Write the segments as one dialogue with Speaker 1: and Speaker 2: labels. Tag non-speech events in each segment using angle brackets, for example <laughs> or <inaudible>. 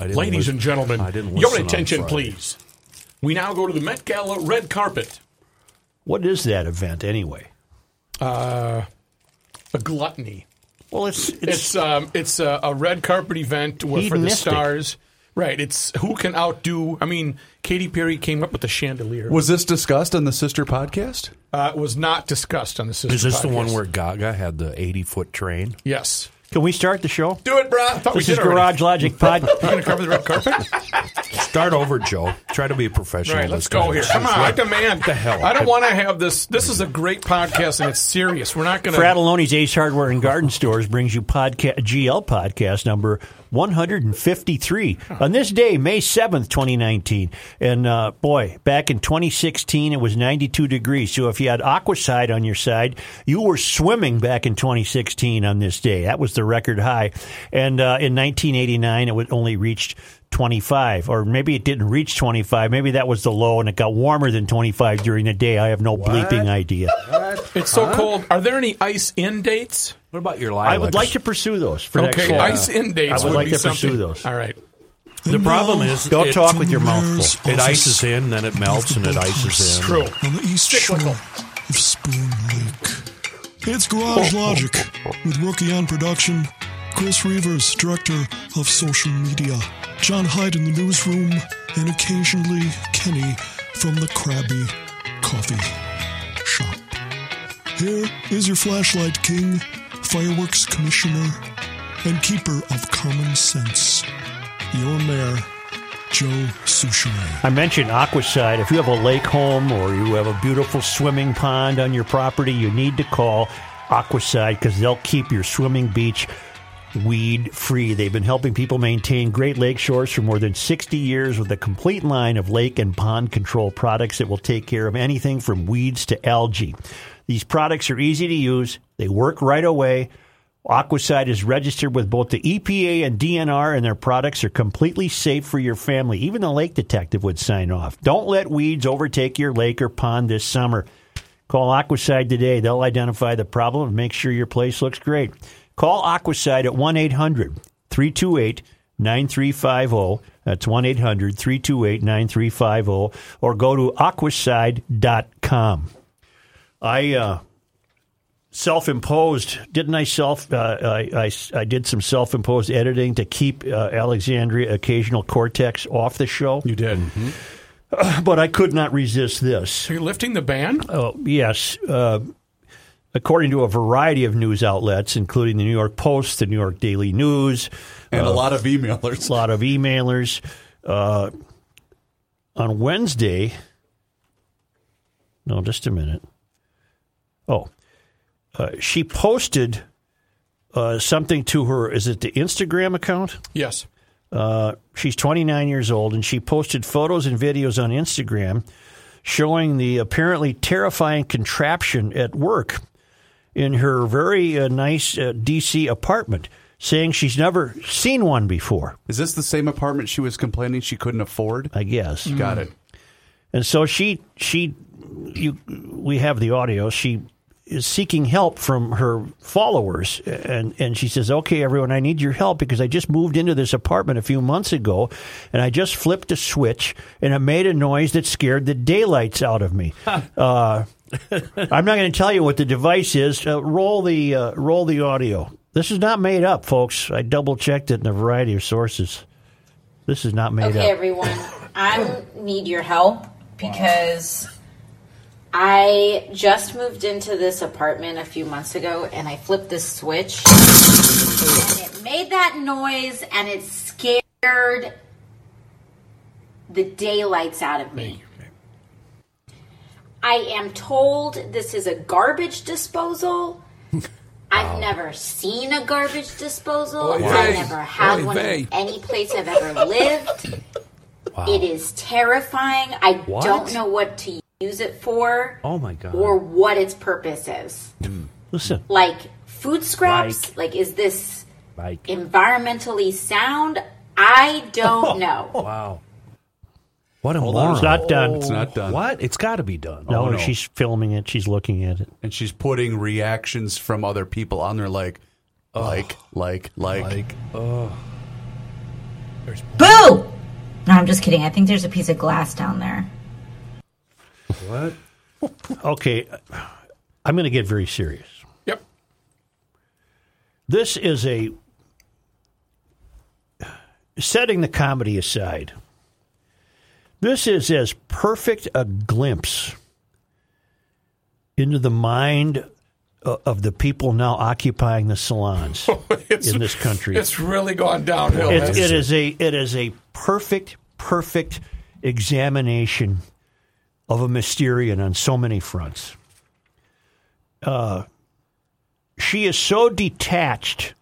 Speaker 1: didn't
Speaker 2: Ladies
Speaker 1: lis-
Speaker 2: and gentlemen,
Speaker 1: I didn't
Speaker 2: your
Speaker 1: listen on
Speaker 2: attention,
Speaker 1: Friday.
Speaker 2: please. We now go to the Met Gala red carpet.
Speaker 3: What is that event anyway?
Speaker 2: A gluttony.
Speaker 3: Well, it's it's,
Speaker 2: It's um, it's a, a red carpet event where- for the
Speaker 3: Hedonistic.
Speaker 2: stars. Right. It's who can outdo. I mean, Katy Perry came up with the chandelier.
Speaker 4: Was this discussed on the sister podcast?
Speaker 2: uh, it was not discussed on the sister.
Speaker 1: Is this the one
Speaker 2: podcast.
Speaker 1: where Gaga had the 80 foot train?
Speaker 2: Yes.
Speaker 3: can we start the show?
Speaker 2: Do it, bruh. Thought
Speaker 3: This
Speaker 2: we
Speaker 3: is
Speaker 2: did already.
Speaker 3: Garage <laughs> Logic Pod.
Speaker 2: We're gonna cover the red carpet.
Speaker 1: Start over, Joe. Try to be a professional.
Speaker 2: All right, let's
Speaker 1: this time.
Speaker 2: go here. Come on, I demand.
Speaker 1: The hell.
Speaker 2: I don't want to have this. This is a great podcast and it's serious. We're not going to.
Speaker 3: Fratelloni's Ace Hardware and Garden Stores brings you podcast GL podcast number 153 on this day, May 7th, 2019. And uh, boy, back in 2016, it was 92 degrees. So if you had aquaside on your side, you were swimming back in 2016 on this day. That was the record high. And uh, in 1989, it was only reached 25, or maybe it didn't reach 25. Maybe that was the low, and it got warmer than 25 during the day. I have no bleeping idea.
Speaker 2: It's so cold. Are there any ice in dates?
Speaker 1: What about your
Speaker 3: I
Speaker 1: lilacs?
Speaker 3: would like to pursue those for next
Speaker 2: Okay,
Speaker 3: fall.
Speaker 2: ice in dates.
Speaker 3: I would
Speaker 2: would
Speaker 3: like
Speaker 2: be
Speaker 3: to
Speaker 2: something.
Speaker 3: pursue those.
Speaker 2: All right.
Speaker 1: The problem is,
Speaker 3: Don't
Speaker 1: it-
Speaker 3: talk with your mouth full.
Speaker 1: It ices in, then it melts, and it ices in.
Speaker 2: True.
Speaker 5: on the east shore of Spoon Lake. It's Garage
Speaker 1: Oh.
Speaker 5: Logic with Rookie on production, Chris Reavers, director of social media, John Hyde in the newsroom, and occasionally Kenny from the Krabby Coffee Shop. Here is your flashlight king, fireworks commissioner, and keeper of common sense, your mayor, Joe Souchere.
Speaker 3: I mentioned Aquaside. If you have a lake home or you have a beautiful swimming pond on your property, you need to call Aquaside because they'll keep your swimming beach weed free. They've been helping people maintain great lake shores for more than 60 years with a complete line of lake and pond control products that will take care of anything from weeds to algae. These products are easy to use, they work right away. Aquaside is registered with both the EPA and DNR, and their products are completely safe for your family. Even the lake detective would sign off. Don't let weeds overtake your lake or pond this summer. Call Aquaside today. They'll identify the problem and make sure your place looks great. Call Aquaside at 1 800 328 9350. oh. That's 1 800 328 9350. oh. Or go to aquaside.com. I uh, self-imposed, didn't I? Self, uh, I, I, I did some self-imposed editing to keep uh, Alexandria occasional cortex off the show, Uh,
Speaker 2: You did. Mm-hmm.
Speaker 3: but I could not resist this.
Speaker 2: So you're lifting the ban?
Speaker 3: Oh, yes. Uh, according to a variety of news outlets, including the New York Post, the New York Daily News,
Speaker 4: And a lot of emailers.
Speaker 3: a lot of emailers. Uh, on Wednesday, no, just a minute. Oh, uh, she posted uh, something to her. Is it the Instagram account?
Speaker 2: Yes.
Speaker 3: Uh, she's 29 years old, and she posted photos and videos on Instagram showing the apparently terrifying contraption at work in her very uh, nice uh, D.C. apartment, saying she's never seen one before.
Speaker 4: Is this the same apartment she was complaining she couldn't afford?
Speaker 3: I guess.
Speaker 4: Got it.
Speaker 3: And so she she you we have the audio. She is seeking help from her followers and and she says, "Okay, everyone, I need your help because I just moved into this apartment a few months ago and I just flipped a switch and it made a noise that scared the daylights out of me." uh, I'm not going to tell you what the device is. Uh, roll the uh, roll the audio. This is not made up, folks. I double checked it in a variety of sources. This is not made
Speaker 6: Okay,
Speaker 3: up.
Speaker 2: <laughs>
Speaker 6: everyone, I need your help because I just moved into this apartment a few months ago and I flipped this switch and it made that noise and it scared the daylights out of me. I am told this is a
Speaker 2: <laughs>
Speaker 6: garbage disposal. I've never seen a garbage disposal.
Speaker 2: vey.
Speaker 6: I've never had
Speaker 2: Oy
Speaker 6: one
Speaker 2: vey.
Speaker 6: in any place I've ever lived. It is terrifying. I don't know what to use it for
Speaker 1: Oh my God.
Speaker 6: or what its purpose is.
Speaker 3: Listen.
Speaker 6: Like food scraps? Like, is this
Speaker 1: Like,
Speaker 6: environmentally sound? I
Speaker 1: <laughs>
Speaker 6: don't know.
Speaker 1: wow. What a
Speaker 3: on.
Speaker 1: moron.
Speaker 3: It's not done. It's
Speaker 4: not done.
Speaker 1: What? It's got to be done.
Speaker 3: No,
Speaker 4: Oh, no.
Speaker 3: she's filming it. She's looking at it.
Speaker 4: And she's putting reactions from other people on there like, like, like, like.
Speaker 1: Like,
Speaker 6: Boo! No, I'm just kidding. I think there's a piece of glass down there.
Speaker 1: What?
Speaker 3: Okay, I'm going to get very serious.
Speaker 2: Yep. <laughs>
Speaker 3: This is a setting the comedy aside. This is as perfect a glimpse into the mind o- of the people now occupying
Speaker 2: <laughs>
Speaker 3: the salons
Speaker 2: Oh, It's-
Speaker 3: in this country.
Speaker 2: It's really gone downhill.
Speaker 3: It,
Speaker 2: hasn't
Speaker 3: it is a it is a perfect perfect examination of a Mysterian on so many fronts. Uh, she is so detached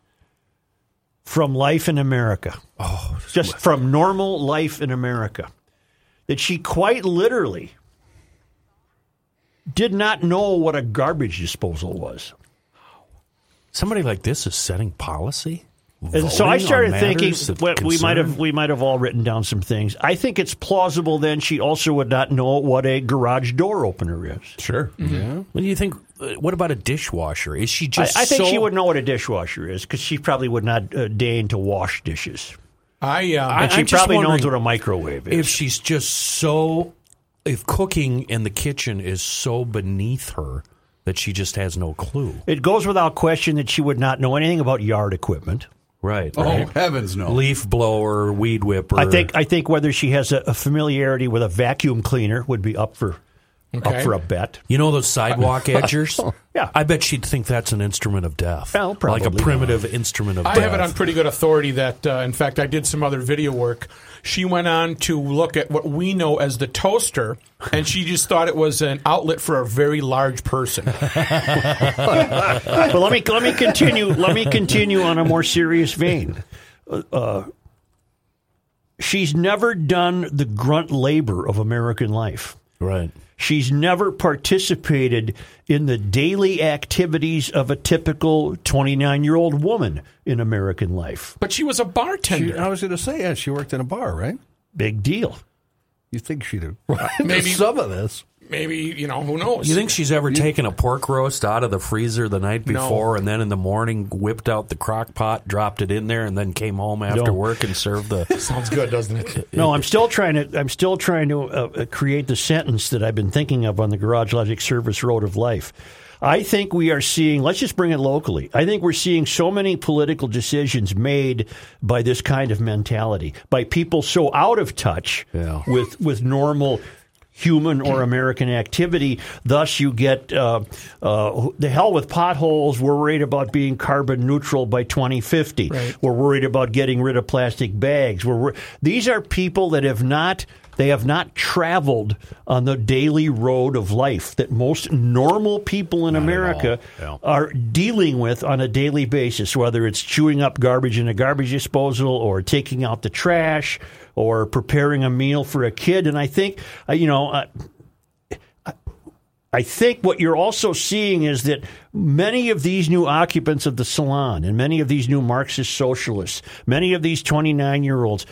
Speaker 3: from life in America, oh, just from normal life in America, that she quite literally did not know what a garbage disposal was.
Speaker 1: Somebody like this is setting policy.
Speaker 3: And so I started thinking well,
Speaker 1: what
Speaker 3: we might have we might have all written down some things. I think it's plausible then she also would not know what a garage door opener is.
Speaker 1: Sure. Yeah. When you think, uh, what about a dishwasher? Is she
Speaker 3: Mm-hmm. I,
Speaker 1: just?
Speaker 3: I think
Speaker 1: so-
Speaker 3: she would know what a dishwasher is because she probably would not uh, deign to wash dishes.
Speaker 2: I, uh,
Speaker 3: And
Speaker 1: I-
Speaker 3: she
Speaker 1: I'm just
Speaker 3: probably knows
Speaker 1: wondering
Speaker 3: what a microwave is.
Speaker 1: If she's just so, if cooking in the kitchen is so beneath her that she just has no clue.
Speaker 3: it goes without question that she would not know anything about yard equipment.
Speaker 1: Right.
Speaker 4: Oh, heavens no.
Speaker 1: Leaf blower, weed whipper.
Speaker 3: I think I think whether she has a, a familiarity with a vacuum cleaner would be up for up
Speaker 2: Okay.
Speaker 3: for a bet.
Speaker 1: You know those
Speaker 3: <laughs>
Speaker 1: sidewalk edgers?
Speaker 3: Yeah.
Speaker 1: I bet she'd think that's an instrument of death.
Speaker 3: Well, probably
Speaker 1: Like a primitive instrument of
Speaker 2: I
Speaker 1: death.
Speaker 2: have it on pretty good authority that, uh, in fact, I did some other video work. She went on to look at what we know as the toaster, and she just thought it was an outlet for a very large person.
Speaker 3: but let me let me continue. Let me continue on a more serious vein. Uh, she's never done the grunt labor of American life.
Speaker 1: Right.
Speaker 3: She's never participated in the daily activities of a typical 29 year old woman in American life.
Speaker 2: But she was a bartender.
Speaker 7: I was going to say, yeah, she worked in a bar, right?
Speaker 3: Big deal.
Speaker 7: You think she'd <laughs> have
Speaker 2: Maybe-
Speaker 7: some of this?
Speaker 2: Maybe you know who knows.
Speaker 1: You think she's ever taken a pork roast out of the freezer the night
Speaker 2: No.
Speaker 1: before and then in the morning whipped out the crock pot, dropped it in there, and then came home after
Speaker 3: No.
Speaker 1: work and served
Speaker 3: <laughs>
Speaker 1: the.
Speaker 2: sounds good, doesn't it?
Speaker 3: No, I'm still trying to. I'm still trying to uh, uh, create the sentence that I've been thinking of on the Garage Logic Service Road of Life. I think we are seeing. Let's just bring it locally. I think we're seeing so many political decisions made by this kind of mentality, by people so out of touch
Speaker 1: Yeah.
Speaker 3: with with normal. Human or American activity. Thus, you get uh, uh, the hell with potholes. We're worried about being carbon neutral by 2050.
Speaker 2: Right.
Speaker 3: We're worried about getting rid of plastic bags. We're, wor- these are people that have not they have not traveled on the daily road of life that most normal people in America
Speaker 1: all. Yeah.
Speaker 3: are dealing with on a daily basis, whether it's chewing up garbage in a garbage disposal or taking out the trash or preparing a meal for a kid. And I think, uh, you know, uh, I think what you're also seeing is that many of these new occupants of the salon and many of these new Marxist socialists, many of these 29 year olds,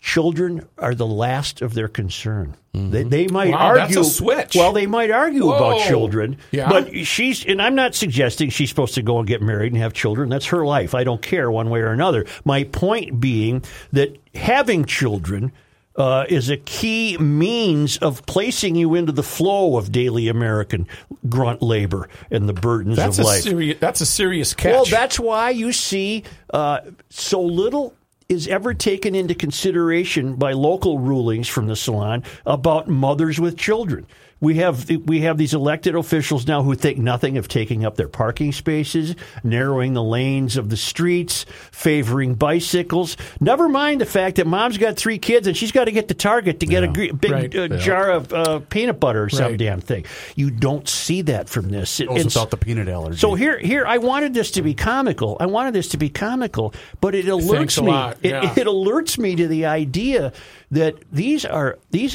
Speaker 3: children are the last of their concern. They, they might
Speaker 2: Mm-hmm. Wow, that's
Speaker 3: argue.
Speaker 2: a switch.
Speaker 3: Well, they might argue about
Speaker 2: Whoa.
Speaker 3: children.
Speaker 2: Yeah.
Speaker 3: But she's, and I'm not suggesting she's supposed to go and get married and have children. That's her life. I don't care one way or another. My point being that having children uh, is a key means of placing you into the flow of daily American grunt labor and the burdens
Speaker 2: That's
Speaker 3: of
Speaker 2: a
Speaker 3: life.
Speaker 2: serious. That's a serious catch.
Speaker 3: Well, that's why you see uh, so little is ever taken into consideration by local rulings from the salon about mothers with children. We have we have these elected officials now who think nothing of taking up their parking spaces, narrowing the lanes of the streets, favoring bicycles. Never mind the fact that mom's got three kids and she's got to get to Target to get a gre- big
Speaker 2: Right.
Speaker 3: uh, jar of uh, peanut butter or some
Speaker 2: Right.
Speaker 3: damn thing. You don't see that from this. It-
Speaker 4: Goes
Speaker 3: it's-
Speaker 4: without the peanut allergy. Oh
Speaker 3: so here, here, I wanted this to be comical. I wanted this to be comical, but it alerts
Speaker 2: Thanks a
Speaker 3: me.
Speaker 2: lot,
Speaker 3: it-
Speaker 2: yeah.
Speaker 3: It, alerts me to the idea that these are these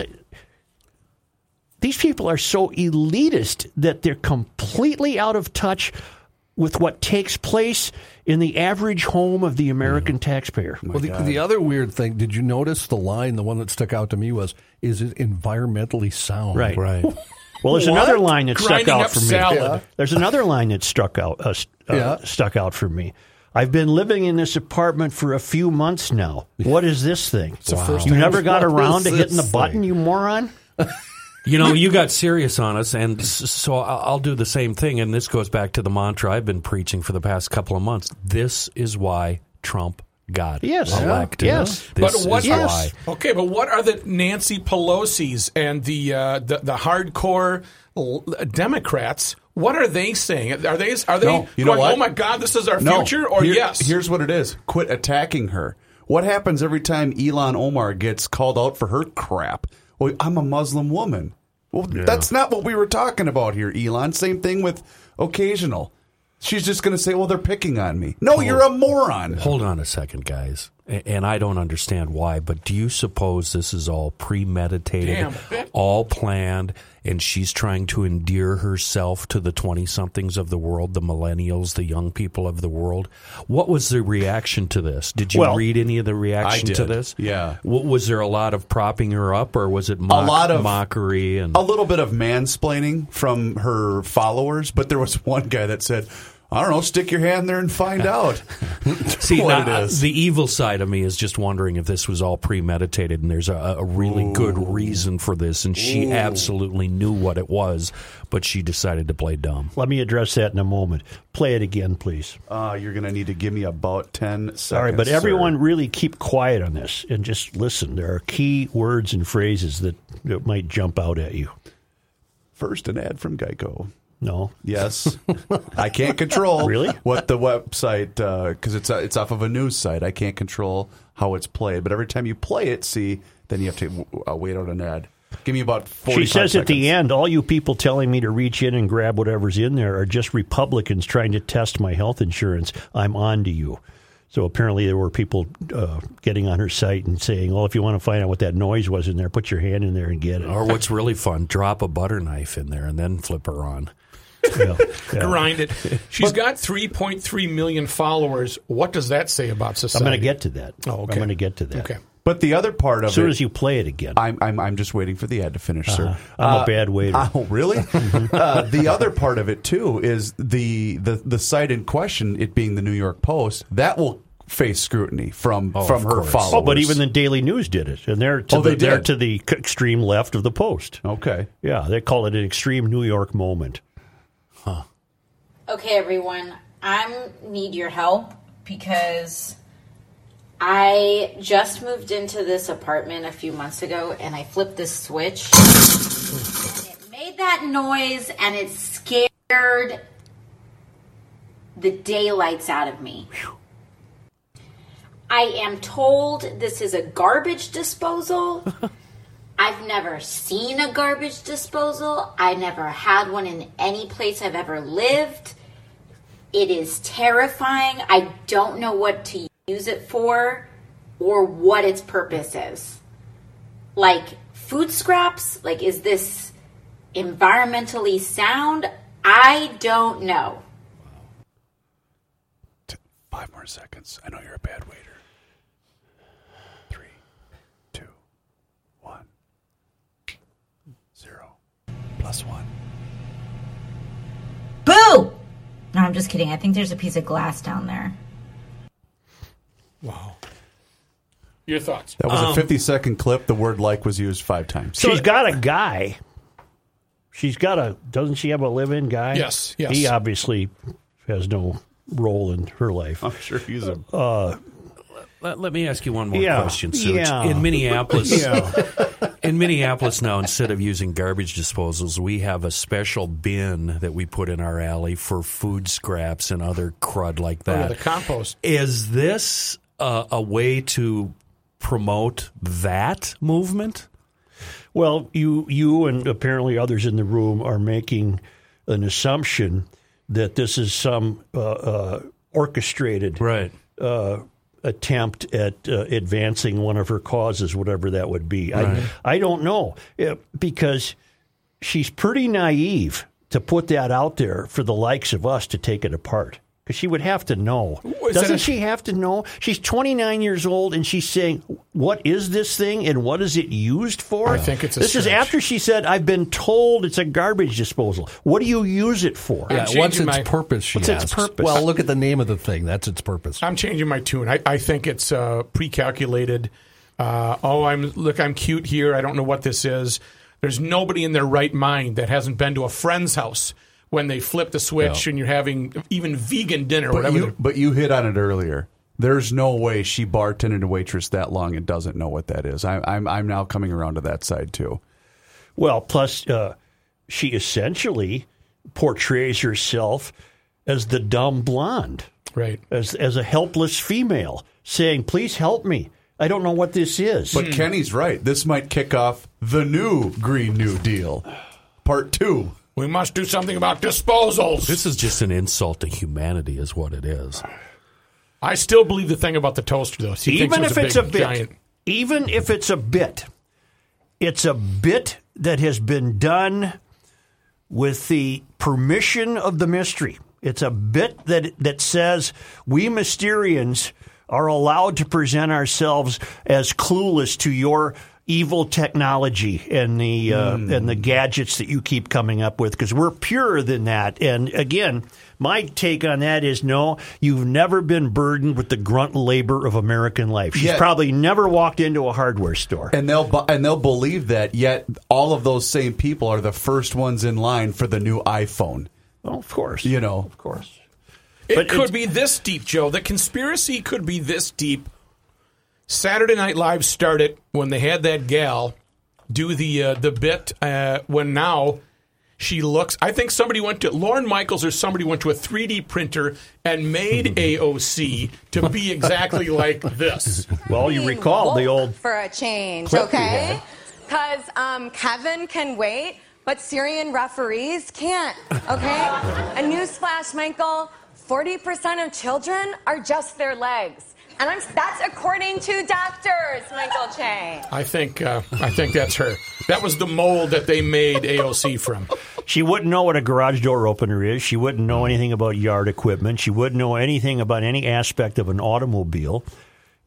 Speaker 3: these people are so elitist that they're completely out of touch with what takes place in the average home of the American
Speaker 2: Mm-hmm.
Speaker 3: taxpayer.
Speaker 7: Well, the, the other weird thing, did you notice the line? The one that stuck out to me was, "Is it environmentally sound?" <laughs>
Speaker 3: Right.
Speaker 1: Right.
Speaker 3: Well, there's
Speaker 2: What?
Speaker 3: another line that stuck
Speaker 2: Grinding
Speaker 3: out
Speaker 2: up
Speaker 3: for me.
Speaker 2: salad. Yeah.
Speaker 3: There's another line that struck out uh, st- uh,
Speaker 7: Yeah.
Speaker 3: stuck out for me. I've been living in this apartment for a few months now. What is this thing?
Speaker 2: the Wow. first
Speaker 3: you
Speaker 2: time-
Speaker 3: never got
Speaker 7: What
Speaker 3: around
Speaker 7: is
Speaker 3: to hitting the
Speaker 7: this
Speaker 3: button,
Speaker 7: thing?
Speaker 3: you moron?
Speaker 1: You know, you got serious on us, and s- so I- I'll do the same thing. And this goes back to the mantra I've been preaching for the past couple of months. This is why Trump got
Speaker 3: Yes. Yeah.
Speaker 1: elected.
Speaker 3: Yes.
Speaker 1: This
Speaker 2: but what?
Speaker 1: is
Speaker 3: Yes.
Speaker 1: why.
Speaker 2: Okay, but what are the Nancy Pelosi's and the uh, the, the hardcore l- Democrats? What are they saying? Are they are they
Speaker 4: No, you know
Speaker 2: going?
Speaker 4: what?
Speaker 2: Oh my God, this is our
Speaker 4: No.
Speaker 2: future, or
Speaker 4: Oh, Here-
Speaker 2: yes?
Speaker 4: Here's what it is. Quit attacking her. What happens every time Elon Omar gets called out for her crap? Well, I'm a Muslim woman. Well, that's not what we were talking about here, Elon. Same thing with occasional. She's just going to say, "Well, they're picking on me." No, you're
Speaker 3: Oh.
Speaker 4: a moron.
Speaker 1: Hold on a second, guys. A- And I don't understand why, but do you suppose this is all premeditated,
Speaker 2: Damn.
Speaker 1: all planned, and she's trying to endear herself to the 20 somethings of the world, the millennials, the young people of the world? What was the reaction to this? Did you
Speaker 3: Well,
Speaker 1: read any of the reaction
Speaker 4: I
Speaker 1: to
Speaker 4: did,
Speaker 1: this?
Speaker 4: yeah.
Speaker 1: What, was there a lot of propping her up, or was it mock,
Speaker 4: lot of-
Speaker 1: mockery? And
Speaker 4: a little bit of mansplaining from her followers, but there was <laughs> one guy that said, "I don't know, stick your hand there
Speaker 3: <laughs>
Speaker 4: and find out."
Speaker 1: See,
Speaker 4: what
Speaker 1: now,
Speaker 4: it is.
Speaker 1: the evil side of me is just wondering if this was all premeditated and there's a, a really good reason for this, and she absolutely knew what it was, but she decided to play dumb.
Speaker 3: Let me address that in a moment. Play it again, please.
Speaker 4: Uh, you're going to need to give me about ten seconds.
Speaker 3: All right, but
Speaker 4: sir.
Speaker 3: everyone really keep quiet on this and just listen. There are key words and phrases that, that might jump out at you.
Speaker 4: First, an ad from Geico.
Speaker 3: No.
Speaker 4: Yes, I can't control
Speaker 3: Really?
Speaker 4: what the website because it's uh, it's off of a news site. I can't control how it's played, but every time you play it, see, then you have to uh, wait out an ad. Give me about forty.
Speaker 3: She says at the end, all you people telling me to reach in and grab whatever's in there are just Republicans trying to test my health insurance. I'm on to you. So apparently there were people uh, getting on her site and saying, well, if you want to find out what that noise was in there, put your hand in there and get it.
Speaker 4: Oh.
Speaker 1: Or what's really fun, drop a butter knife in there and then flip her on.
Speaker 3: Yeah,
Speaker 4: <laughs>
Speaker 2: <laughs>
Speaker 3: yeah.
Speaker 2: Grind it. She's got 3.3 million followers. What does that say about
Speaker 3: I'm
Speaker 2: society?
Speaker 3: going to get to that.
Speaker 2: Oh, okay.
Speaker 3: I'm going to get to that.
Speaker 2: Okay.
Speaker 4: But the other part of
Speaker 3: As soon
Speaker 4: it,
Speaker 3: as you play it again.
Speaker 4: I'm, I'm I'm just waiting for the ad to finish, sir.
Speaker 3: I'm
Speaker 4: Uh,
Speaker 3: a bad waiter.
Speaker 4: Oh, really?
Speaker 3: <laughs>
Speaker 4: uh, the other part of it too is the, the the site in question, it being the New York Post, that will face scrutiny from from
Speaker 1: of
Speaker 4: her
Speaker 1: course.
Speaker 4: followers.
Speaker 3: Oh, but even the Daily News did it, and they're to
Speaker 4: Oh,
Speaker 3: the,
Speaker 4: they
Speaker 3: are
Speaker 4: did. Oh.
Speaker 3: to the c- extreme left of the Post.
Speaker 4: okay.
Speaker 3: Yeah, they call it an extreme New York moment.
Speaker 6: Okay, everyone, I need your help because I just moved into this apartment a few months ago and I flipped this switch. And it made that noise and it scared the daylights out of me. I am told this is a garbage disposal. I've never seen a garbage disposal. I never had one in any place I've ever lived. It is terrifying. I don't know what to use it for or what its purpose is. Like food scraps? Like, is this environmentally sound? I don't know.
Speaker 4: T- five more seconds. I know you're a bad waiter. Three, two, one, zero, plus one.
Speaker 6: Boo! No, I'm just kidding. I think there's a piece of glass down there.
Speaker 2: Your thoughts.
Speaker 4: That was a 50 second clip. The word like was used five times.
Speaker 3: she's got a guy. She's got a. Doesn't she have a live-in guy?
Speaker 2: Yes, yes.
Speaker 3: He obviously has no role in her life.
Speaker 4: <laughs> I'm sure he's a.
Speaker 1: Let, let me ask you one more
Speaker 3: Yeah.
Speaker 1: question, Serge.
Speaker 3: Yeah.
Speaker 1: In Minneapolis, in Minneapolis now, instead of using garbage disposals, we have a special bin that we put in our alley for food scraps and other crud like
Speaker 2: Oh,
Speaker 1: that.
Speaker 2: the compost.
Speaker 1: Is this uh, a way to promote that movement?
Speaker 3: Well, you you and apparently others in the room are making an assumption that this is some uh, uh, orchestrated
Speaker 1: Right.
Speaker 3: uh, attempt at uh, advancing one of her causes, whatever that would be. I, I don't know eh, because she's pretty naive to put that out there for the likes of us to take it apart. Because she would have to know.
Speaker 2: is that
Speaker 3: Doesn't
Speaker 2: a-
Speaker 3: she have to know? She's 29 years old and she's saying, What is this thing and what is it used for?
Speaker 2: I think it's a
Speaker 3: This is
Speaker 2: stretch.
Speaker 3: after she said, I've been told it's a garbage disposal. What do you use it for?
Speaker 2: Yeah. I'm
Speaker 7: Yeah, what's
Speaker 2: changing
Speaker 7: its
Speaker 2: my-
Speaker 7: purpose? She
Speaker 3: What's its
Speaker 7: asks.
Speaker 3: purpose?
Speaker 7: Well, look at the name of the thing. That's its purpose.
Speaker 2: I'm changing my tune. I, I think it's uh, pre-calculated. Uh, oh, I'm look, I'm cute here. I don't know what this is. There's nobody in their right mind that hasn't been to a friend's house when they flip the switch and you're having even vegan dinner, or
Speaker 4: But
Speaker 2: whatever.
Speaker 4: you, but you hit on it earlier. There's no way she bartended and waitress that long and doesn't know what that is. I, I'm I'm now coming around to that side too.
Speaker 3: Well, plus uh, she essentially portrays herself as the dumb blonde,
Speaker 2: right.
Speaker 3: as as a helpless female, saying, "Please help me. I don't know what this is."
Speaker 4: But Kenny's right. This might kick off the new Green New Deal, part two.
Speaker 2: We must do something about disposals.
Speaker 1: This is just an insult to humanity, is what it is.
Speaker 2: I still believe the thing about the toaster, though. He thinks
Speaker 3: even
Speaker 2: it was
Speaker 3: if it's a
Speaker 2: big,
Speaker 3: bit,
Speaker 2: giant-
Speaker 3: even if it's a bit, it's a bit that has been done with the permission of the mystery. It's a bit that that says we Mysterians are allowed to present ourselves as clueless to your evil technology and the uh,
Speaker 4: Hmm.
Speaker 3: and the gadgets that you keep coming up with because we're purer than that. And again, my take on that is no, you've never been burdened with the grunt labor of American life. She's
Speaker 4: Yeah.
Speaker 3: probably never walked into a hardware store.
Speaker 4: And they'll bu- and they'll believe that. Yet all of those same people are the first ones in line for the new iPhone.
Speaker 3: Well, of course,
Speaker 4: You know,
Speaker 3: of course.
Speaker 2: It
Speaker 3: But it's-
Speaker 2: could be this deep, Joe. The conspiracy could be this deep. Saturday Night Live started when they had that gal do the uh, the bit. Uh, when now she looks, I think somebody went to Lauren Michaels or somebody went to a 3D printer and made AOC to be exactly like this.
Speaker 3: Well, you
Speaker 8: being
Speaker 3: recall the
Speaker 8: woke
Speaker 3: old
Speaker 8: for a change,
Speaker 3: clip we
Speaker 8: okay? Because um, Kevin can wait, but Syrian referees can't, okay? a newsflash, Michael: forty percent of children are just their legs, and I'm, that's according to doctors, Michael Che.
Speaker 2: I think uh, I think that's her. That was the mold that they made AOC from.
Speaker 3: She wouldn't know what a garage door opener is. She wouldn't know
Speaker 1: Mm.
Speaker 3: anything about yard equipment. She wouldn't know anything about any aspect of an automobile.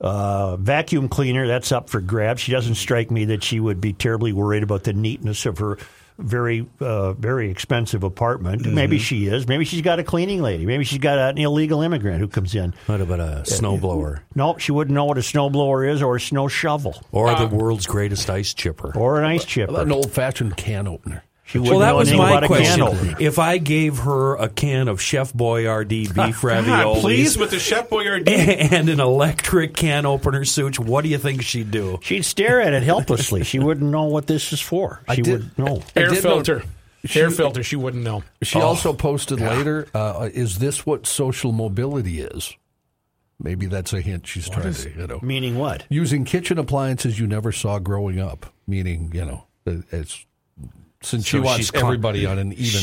Speaker 3: Uh, vacuum cleaner, that's up for grabs. She doesn't
Speaker 1: Mm.
Speaker 3: strike me that she would be terribly worried about the neatness of her very, uh, very expensive apartment. Maybe
Speaker 1: Mm-hmm.
Speaker 3: she is. Maybe she's got a cleaning lady. Maybe she's got an illegal immigrant who comes in.
Speaker 1: What about a snowblower
Speaker 3: No, she wouldn't know what a snowblower is or a snow shovel
Speaker 1: or the world's greatest ice chipper?
Speaker 3: or an ice chipper.
Speaker 7: An old-fashioned can opener.
Speaker 3: She
Speaker 1: Well,
Speaker 3: wouldn't
Speaker 1: that
Speaker 3: know
Speaker 1: was
Speaker 3: anything about
Speaker 1: my
Speaker 3: a can
Speaker 1: question.
Speaker 3: opener.
Speaker 1: If I gave her a can of Chef Boyardee beef
Speaker 2: God,
Speaker 1: ravioli,
Speaker 2: Ah, please
Speaker 1: <laughs>
Speaker 2: with the Chef Boyardee.
Speaker 1: and an electric can opener, Such, what do you think she'd do?
Speaker 3: She'd stare at it helplessly. She wouldn't know what this is for. She
Speaker 7: did-
Speaker 3: would know.
Speaker 7: I
Speaker 2: Air
Speaker 7: did know-
Speaker 2: filter. Air filter, she wouldn't know.
Speaker 7: She also posted later, uh, "Is this what social mobility is?" Maybe that's a hint she's trying to, you know,
Speaker 3: Meaning what?
Speaker 7: using kitchen appliances you never saw growing up. Meaning, you know, it- it's since she
Speaker 1: So
Speaker 7: wants
Speaker 1: she's con-
Speaker 7: everybody on an even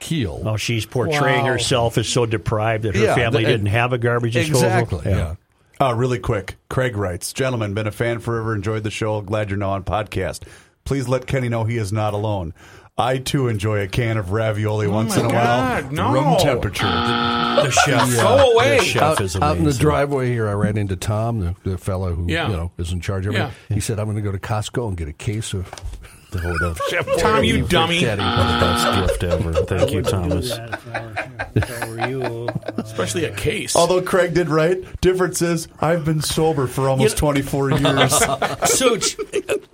Speaker 7: keel.
Speaker 3: Oh, she's portraying
Speaker 2: Wow.
Speaker 3: herself as so deprived that her
Speaker 7: Yeah,
Speaker 3: family
Speaker 7: the-
Speaker 3: didn't have a garbage disposal.
Speaker 7: exactly.
Speaker 3: Yeah.
Speaker 7: yeah.
Speaker 4: Uh, really quick, Craig writes, Gentlemen, been a fan forever, enjoyed the show. Glad you're now on podcast. Please let Kenny know he is not alone. I too enjoy a can of ravioli once
Speaker 2: Oh my
Speaker 4: in a
Speaker 2: God,
Speaker 4: while.
Speaker 2: no.
Speaker 4: Room temperature.
Speaker 1: <laughs> The chef,
Speaker 2: Go away.
Speaker 1: The chef
Speaker 7: out,
Speaker 1: is
Speaker 7: out in the
Speaker 1: amazing.
Speaker 7: driveway here, I ran into Tom, the, the fellow who
Speaker 2: Yeah.
Speaker 7: you know is in charge of everything. He said, "I'm going to go to Costco and get a case of." The whole of
Speaker 2: Tom, you dummy.
Speaker 1: One of the best gift ever. Thank you, Thomas.
Speaker 2: Especially a case.
Speaker 4: Although Craig did write, difference is I've been sober for almost 24 years.
Speaker 2: <laughs>
Speaker 1: Such,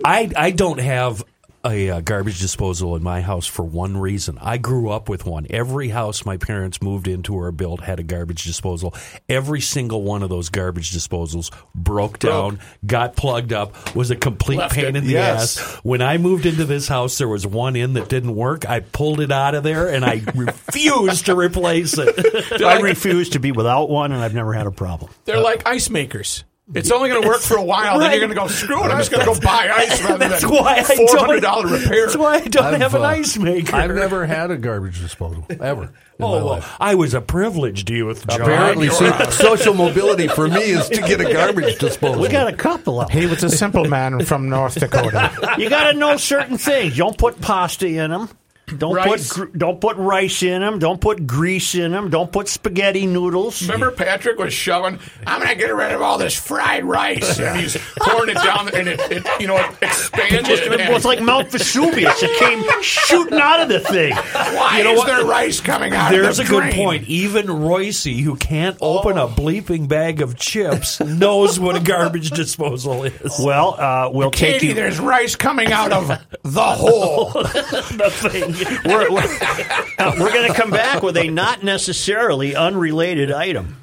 Speaker 1: I I don't have a uh, garbage disposal in my house for one reason. I grew up with one. Every house my parents moved into or built had a garbage disposal. Every single one of those garbage disposals broke down, got plugged up, was a complete
Speaker 2: Left
Speaker 1: pain
Speaker 2: it.
Speaker 1: in the
Speaker 4: Yes.
Speaker 1: ass. When I moved into this house, there was one in that didn't work. I pulled it out of there and
Speaker 2: <laughs>
Speaker 1: I refused to replace it.
Speaker 3: <laughs> I refuse to be without one, and I've never had a problem.
Speaker 2: They're like ice makers. It's only going to work for a while,
Speaker 1: Uh,
Speaker 2: then you're
Speaker 1: Right.
Speaker 2: going to go screw it. I'm just going to go buy ice rather
Speaker 1: That's
Speaker 2: than
Speaker 1: why I
Speaker 2: four
Speaker 1: <laughs>
Speaker 2: hundred dollar
Speaker 1: don't.
Speaker 2: repair.
Speaker 1: That's why I don't have an
Speaker 7: uh,
Speaker 1: ice maker.
Speaker 7: I've never had a garbage disposal ever. In my
Speaker 1: Oh, well,
Speaker 7: life.
Speaker 1: I was a privileged youth, John.
Speaker 7: Apparently, see, social mobility for me is to <laughs> get a garbage disposal.
Speaker 3: We got a couple of them.
Speaker 2: He was <laughs>
Speaker 3: <laughs>
Speaker 2: a simple man from North Dakota.
Speaker 3: You got to know certain things. Don't put pasta in them. Don't
Speaker 2: Rice.
Speaker 3: put gr- don't put rice in them. Don't put grease in them. Don't put spaghetti noodles.
Speaker 2: Remember, Patrick was shoving. I'm gonna get rid of all this fried rice, and he's pouring it down, and it, it you know, it expanded.
Speaker 3: It was, it was like Mount Vesuvius. It came shooting out of the thing.
Speaker 2: why
Speaker 1: you know
Speaker 2: is
Speaker 1: what?
Speaker 2: there rice coming out?
Speaker 1: There's a
Speaker 2: of the
Speaker 1: good
Speaker 2: drain?
Speaker 1: point. Even Roycey, who can't open a bleeping bag of chips, knows what a garbage disposal is.
Speaker 3: Well, uh, we'll take
Speaker 2: Katie,
Speaker 3: you.
Speaker 2: there's rice coming out of the hole.
Speaker 3: the thing. <laughs> We're, we're going to come back with a not necessarily unrelated item.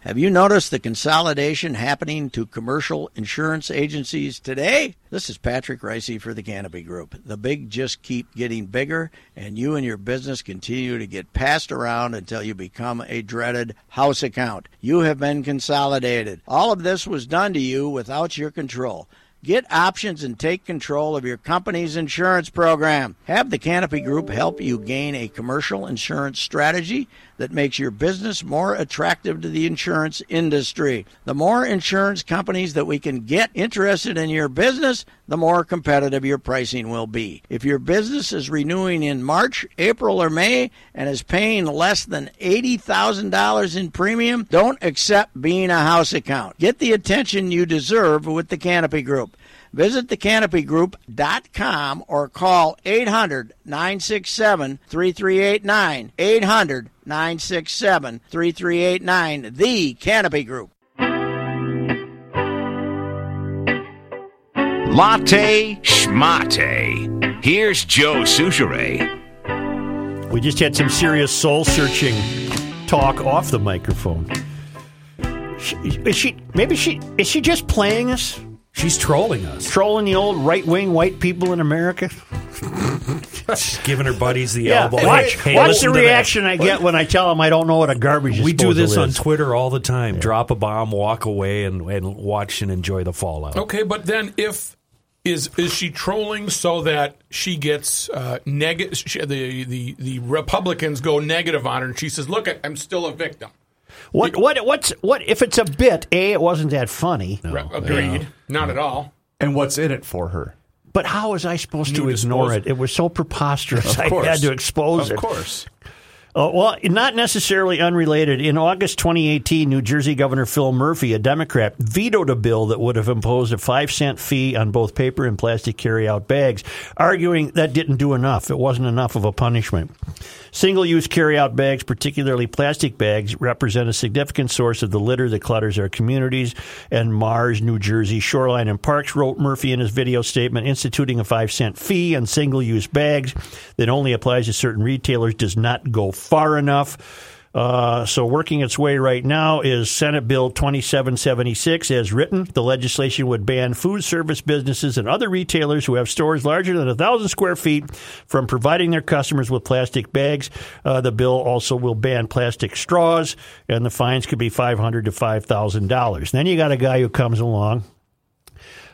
Speaker 9: Have you noticed the consolidation happening to commercial insurance agencies today? This is Patrick Ricey for the Canopy Group. The big just keep getting bigger, and you and your business continue to get passed around until you become a dreaded house account. You have been consolidated. All of this was done to you without your control. Get options and take control of your company's insurance program. Have the Canopy Group help you gain a commercial insurance strategy that makes your business more attractive to the insurance industry. The more insurance companies that we can get interested in your business, the more competitive your pricing will be. If your business is renewing in March, April, or May and is paying less than $80,000 in premium, don't accept being a house account. Get the attention you deserve with the Canopy Group. Visit thecanopygroup.com or call 800 967 3389. 800 967 3389. The Canopy Group.
Speaker 10: Latte schmate. Here's Joe Souchere.
Speaker 3: We just had some serious soul searching talk off the microphone. She, is she maybe she is she just playing us,
Speaker 1: She's trolling us.
Speaker 3: trolling the old right wing white people in America?
Speaker 1: She's giving her buddies the elbow. Hey,
Speaker 3: watch,
Speaker 1: hey,
Speaker 3: watch the
Speaker 1: listen to that.
Speaker 3: reaction I get when I tell them I don't know what a garbage
Speaker 1: We do this
Speaker 3: disposal
Speaker 1: on
Speaker 3: is.
Speaker 1: Twitter all the time. Drop a bomb, walk away, and, and watch and enjoy the fallout.
Speaker 2: Okay, but then if is is she trolling so that she gets uh, negative? The the the Republicans go negative on her, and she says, "Look, I- I'm still a victim."
Speaker 3: What what what's what if it's a bit? A it wasn't that funny,
Speaker 2: Re- Agreed. Not at all.
Speaker 4: And what's in it for her?
Speaker 3: but how was I supposed to
Speaker 2: You
Speaker 3: ignore
Speaker 2: dispose-
Speaker 3: it? It was so preposterous. I
Speaker 4: Of course.
Speaker 3: had to expose it.
Speaker 4: Of course.
Speaker 3: Uh, well, not necessarily unrelated. In August 2018, New Jersey Governor Phil Murphy, a Democrat, vetoed a bill that would have imposed a five cent fee on both paper and plastic carryout bags, arguing that didn't do enough. It wasn't enough of a punishment. Single use carryout bags, particularly plastic bags, represent a significant source of the litter that clutters our communities and mars New Jersey shoreline and parks, wrote Murphy in his video statement. Instituting a five cent fee on single use bags that only applies to certain retailers does not go far enough. Uh, so, working its way right now is Senate Bill 2776. As written, the legislation would ban food service businesses and other retailers who have stores larger than 1,000 square feet from providing their customers with plastic bags. Uh, the bill also will ban plastic straws, and the fines could be 500 to $5,000. Then you got a guy who comes along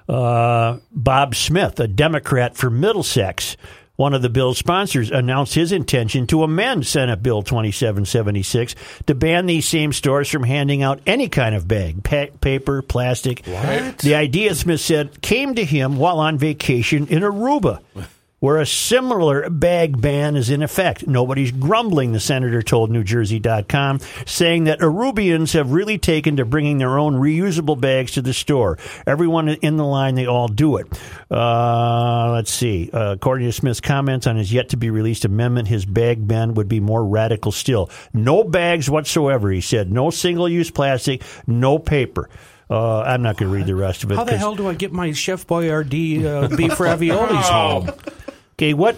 Speaker 3: uh, Bob Smith, a Democrat from Middlesex, one of the bill's sponsors, announced his intention to amend Senate Bill 2776 to ban these same stores from handing out any kind of bag, pa- paper, plastic. The idea, Smith said, came to him while on vacation in Aruba. Where a similar bag ban is in effect. Nobody's grumbling, the senator told NewJersey.com, saying that Arubians have really taken to bringing their own reusable bags to the store. Everyone in the line, they all do it. Uh, let's see. Uh, according to Smith's comments on his yet to be released amendment, his bag ban would be more radical still. No bags whatsoever, he said. No single use plastic, no paper. Uh, I'm not going to read the rest of it.
Speaker 1: How the
Speaker 3: 'cause-
Speaker 1: hell do I get my Chef Boyardee <laughs> uh, beef raviolis home?
Speaker 3: Okay, what?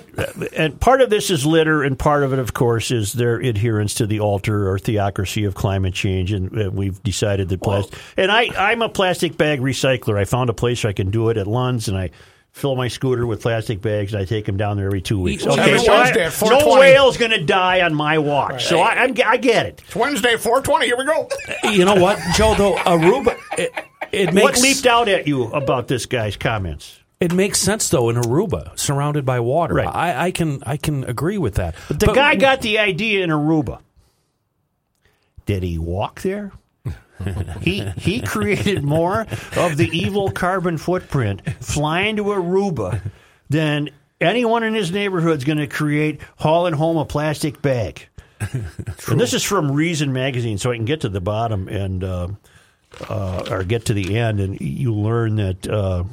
Speaker 3: And part of this is litter, and part of it, of course, is their adherence to the altar or theocracy of climate change. And uh, we've decided that plastic. and I, I'm a plastic bag recycler. I found a place I can do it at Lund's, and I fill my scooter with plastic bags, and I take them down there every two weeks.
Speaker 1: Well,
Speaker 3: Okay,
Speaker 1: every
Speaker 3: so I-
Speaker 2: Wednesday at
Speaker 3: no
Speaker 2: 4:20.
Speaker 3: whale's going to die on my watch, so I, I'm, I get it.
Speaker 2: It's Wednesday, four twenty. Here we go.
Speaker 1: You know what, Joe? Though Aruba, it, it
Speaker 3: What
Speaker 1: makes
Speaker 3: leaped out at you about this guy's comments?
Speaker 1: it makes sense though in Aruba, surrounded by water.
Speaker 3: Right.
Speaker 1: I, I can I can agree with that.
Speaker 3: The guy got the idea in Aruba. Did he walk there? He he created more of the evil carbon footprint flying to Aruba than anyone in his neighborhood's going to create hauling home a plastic bag. And this is from Reason magazine, so I can get to the bottom and uh, uh, or get to the end, and you learn that uh,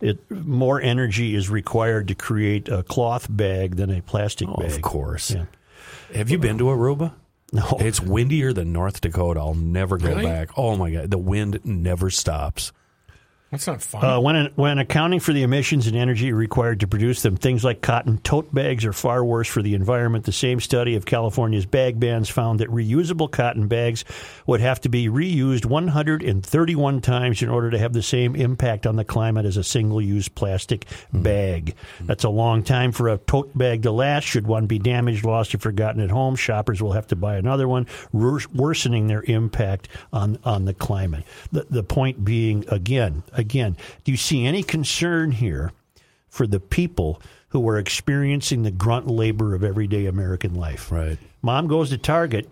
Speaker 3: it more energy is required to create a cloth bag than a plastic bag.
Speaker 1: Oh, Of course.
Speaker 3: Yeah.
Speaker 1: Have you been to Aruba?
Speaker 3: No.
Speaker 1: It's windier than North Dakota. I'll never go
Speaker 2: Really?
Speaker 1: back. Oh my god, the wind never stops.
Speaker 2: That's not fun.
Speaker 3: Uh, when, when accounting for the emissions and energy required to produce them, things like cotton tote bags are far worse for the environment. The same study of California's bag bans found that reusable cotton bags would have to be reused 131 times in order to have the same impact on the climate as a single use plastic bag. That's a long time for a tote bag to last. Should one be damaged, lost, or forgotten at home, shoppers will have to buy another one, wor- worsening their impact on, on the climate. The, the point being, again, again, do you see any concern here for the people who are experiencing the grunt labor of everyday American life?
Speaker 1: Right.
Speaker 3: Mom goes to Target.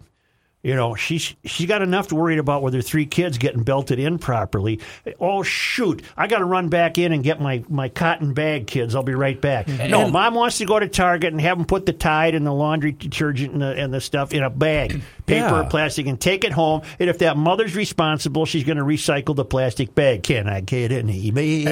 Speaker 3: You know, she's she's got enough to worry about with her three kids getting belted in properly. Oh shoot, I got to run back in and get my my cotton bag, kids. I'll be right back.
Speaker 1: Mm-hmm.
Speaker 3: no, mom wants to go to Target and have them put the Tide and the laundry detergent and the, and the stuff in
Speaker 1: <clears throat>
Speaker 3: a bag, paper or
Speaker 1: Yeah.
Speaker 3: plastic, and take it home. And if that mother's responsible, she's going to recycle the plastic bag. Can I get an email?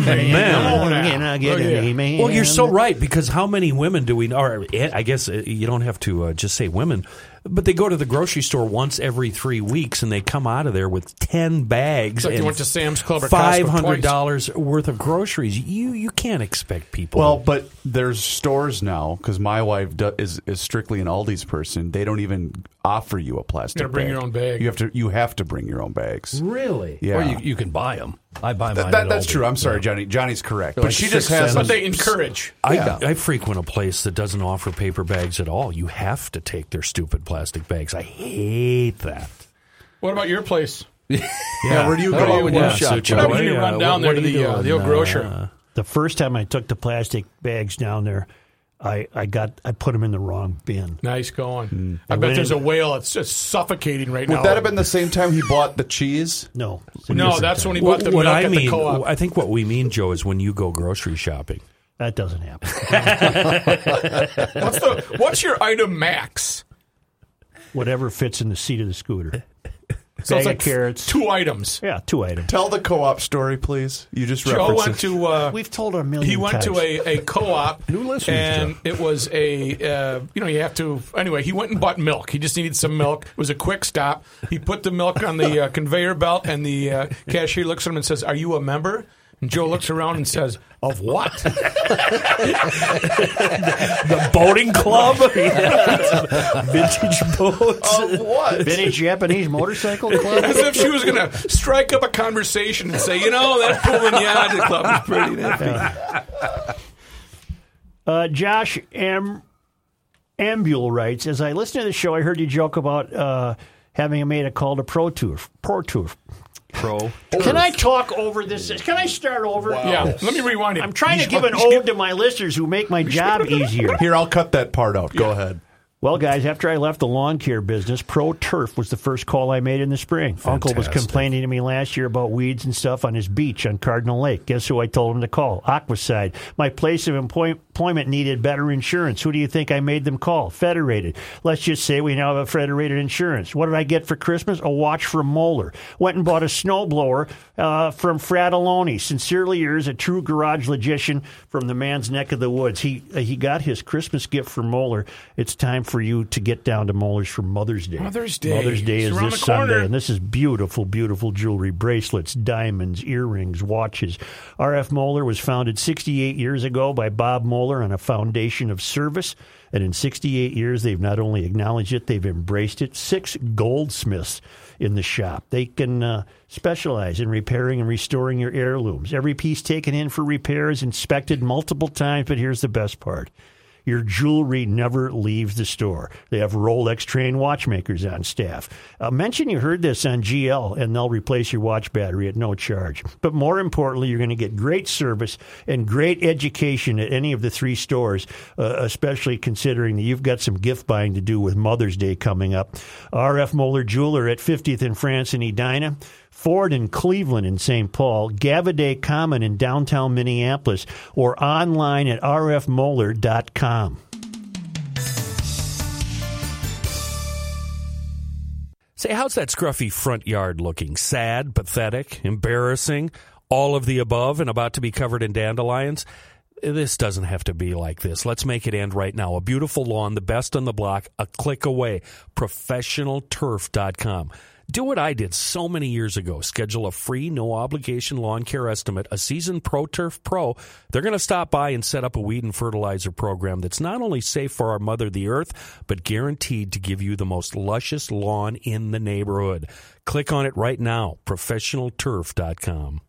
Speaker 3: Can I get
Speaker 2: Oh, yeah.
Speaker 3: an email?
Speaker 1: Well, you're so right because how many women do we know? Or eh, I guess eh, you don't have to uh, just say women, but they go to the grocery store once every three weeks and they come out of there with ten bags.
Speaker 2: It's like they
Speaker 1: and
Speaker 2: went to Sam's Club or Costco
Speaker 1: Five hundred dollars worth of groceries. You you can't expect people.
Speaker 4: Well, but there's stores now because my wife do, is is strictly an Aldi's person. They don't even offer you a plastic.
Speaker 2: You gotta bring
Speaker 4: bag.
Speaker 2: your own bag.
Speaker 4: You have to. You have to bring your own bags.
Speaker 1: really,
Speaker 4: Yeah,
Speaker 7: Or you, you can buy them. I buy mine.
Speaker 4: Th- that-
Speaker 7: at
Speaker 4: that's
Speaker 7: Aldi.
Speaker 4: true. I'm sorry,
Speaker 7: Yeah.
Speaker 4: Johnny. Johnny's correct,
Speaker 7: They're
Speaker 4: but
Speaker 7: like
Speaker 4: she
Speaker 2: <laughs>
Speaker 7: six
Speaker 4: just has.
Speaker 7: cents.
Speaker 2: but they encourage.
Speaker 1: I,
Speaker 4: Yeah.
Speaker 1: I frequent a place that doesn't offer paper bags at all. You have to take their stupid plastic bags. I hate that.
Speaker 2: What about your place?
Speaker 4: yeah, where do you
Speaker 7: How about
Speaker 4: go?
Speaker 7: when
Speaker 4: Yeah.
Speaker 7: you shop?
Speaker 1: so
Speaker 2: What
Speaker 1: Joe,
Speaker 2: about when you
Speaker 1: what,
Speaker 2: run
Speaker 1: uh,
Speaker 2: down
Speaker 1: what-
Speaker 2: there
Speaker 1: what
Speaker 2: to
Speaker 1: are
Speaker 2: the
Speaker 1: you
Speaker 2: uh, the
Speaker 1: doing?
Speaker 2: old grocer?
Speaker 3: the first time I took the plastic bags down there, I, I got I put them in the wrong bin.
Speaker 2: nice going. I bet there's a whale that's just suffocating right now.
Speaker 4: Would that have been the same time he bought the cheese?
Speaker 3: No,
Speaker 2: No, that's when he bought the
Speaker 1: what
Speaker 2: milk
Speaker 1: I
Speaker 2: at the
Speaker 1: mean,
Speaker 2: co-op.
Speaker 1: I think what we mean, Joe, is when you go grocery shopping.
Speaker 3: that doesn't happen. <laughs>
Speaker 2: What's the what's your item max?
Speaker 3: Whatever fits in the seat of the scooter.
Speaker 2: So
Speaker 3: Bag of carrots.
Speaker 2: two items.
Speaker 3: Yeah, two items.
Speaker 4: Tell the co-op story, please. You just
Speaker 2: Joe
Speaker 4: referenced
Speaker 2: went
Speaker 4: it.
Speaker 2: to uh,
Speaker 3: We've told our million.
Speaker 2: he went
Speaker 3: times.
Speaker 2: to
Speaker 3: <laughs>
Speaker 2: a, a co-op
Speaker 7: New listeners,
Speaker 2: and
Speaker 7: Jeff.
Speaker 2: it was a uh, you know you have to anyway he went and bought milk he just needed some milk it was a quick stop he put the milk on the uh, conveyor belt and the uh, cashier looks at him and says are you a member and Joe looks around and says of what
Speaker 1: The boating <laughs> club?
Speaker 2: <laughs>
Speaker 3: vintage boats.
Speaker 4: Of
Speaker 3: <laughs>
Speaker 4: what?
Speaker 3: Vintage Japanese <laughs> motorcycle
Speaker 2: as
Speaker 3: club.
Speaker 2: if she was going to strike up a conversation and say you know that Promenade Club is pretty nifty.
Speaker 3: <laughs> Uh, Josh M. Ambule writes: As I listen to the show, I heard you joke about uh, having made a call to Pro Tour. Pro Tour.
Speaker 1: Pro.
Speaker 3: Can I talk over this? Can I start over?
Speaker 2: yeah let me rewind it
Speaker 3: I'm trying to give an
Speaker 2: You
Speaker 3: ode to my listeners who make my
Speaker 2: <laughs>
Speaker 3: job easier.
Speaker 4: Here, I'll cut that part out. Go ahead.
Speaker 3: Well, guys, after I left the lawn care business, Pro Turf was the first call I made in the spring. Uncle was complaining to me last year about weeds and stuff on his beach on Cardinal Lake. Guess who I told him to call? Aquaside. My place of employ- employment needed better insurance. Who do you think I made them call? Federated. Let's just say we now have a Federated Insurance. What did I get for Christmas? A watch from Moeller. Went and bought a snowblower uh, from Fratelloni. Sincerely yours, a true garage logician from the man's neck of the woods. He uh, he got his Christmas gift from Moeller. It's time for you to get down to Moeller's for Mother's Day.
Speaker 2: Mother's Day.
Speaker 3: Mother's Day
Speaker 2: It's
Speaker 3: is
Speaker 2: around
Speaker 3: this
Speaker 2: the corner.
Speaker 3: Sunday, and this is beautiful, beautiful jewelry, bracelets, diamonds, earrings, watches. R.F. Moeller was founded 68 years ago by Bob Moeller on a foundation of service. And in 68 years, they've not only acknowledged it, they've embraced it. Six goldsmiths in the shop. They can uh, specialize in repairing and restoring your heirlooms. Every piece taken in for repair is inspected multiple times, but here's the best part Your jewelry never leaves the store. They have Rolex trained watchmakers on staff. Uh, mention you heard this on GL, and they'll replace your watch battery at no charge. But more importantly, you're going to get great service and great education at any of the three stores, uh, especially considering that you've got some gift buying to do with Mother's Day coming up. RF Moeller Jeweler at 50th and France in Edina. Ford in Cleveland and St. Paul, Gavaday Common in downtown Minneapolis, or online at rfmoeller.com.
Speaker 1: Say, how's that scruffy front yard looking? Sad, pathetic, embarrassing, all of the above, and about to be covered in dandelions? This doesn't have to be like this. Let's make it end right now. A beautiful lawn, the best on the block, a click away. ProfessionalTurf.com. Do what I did so many years ago. Schedule a free, no obligation lawn care estimate. A seasoned Pro Turf Pro. They're going to stop by and set up a weed and fertilizer program that's not only safe for our mother, the earth, but guaranteed to give you the most luscious lawn in the neighborhood. Click on it right now. ProfessionalTurf.com.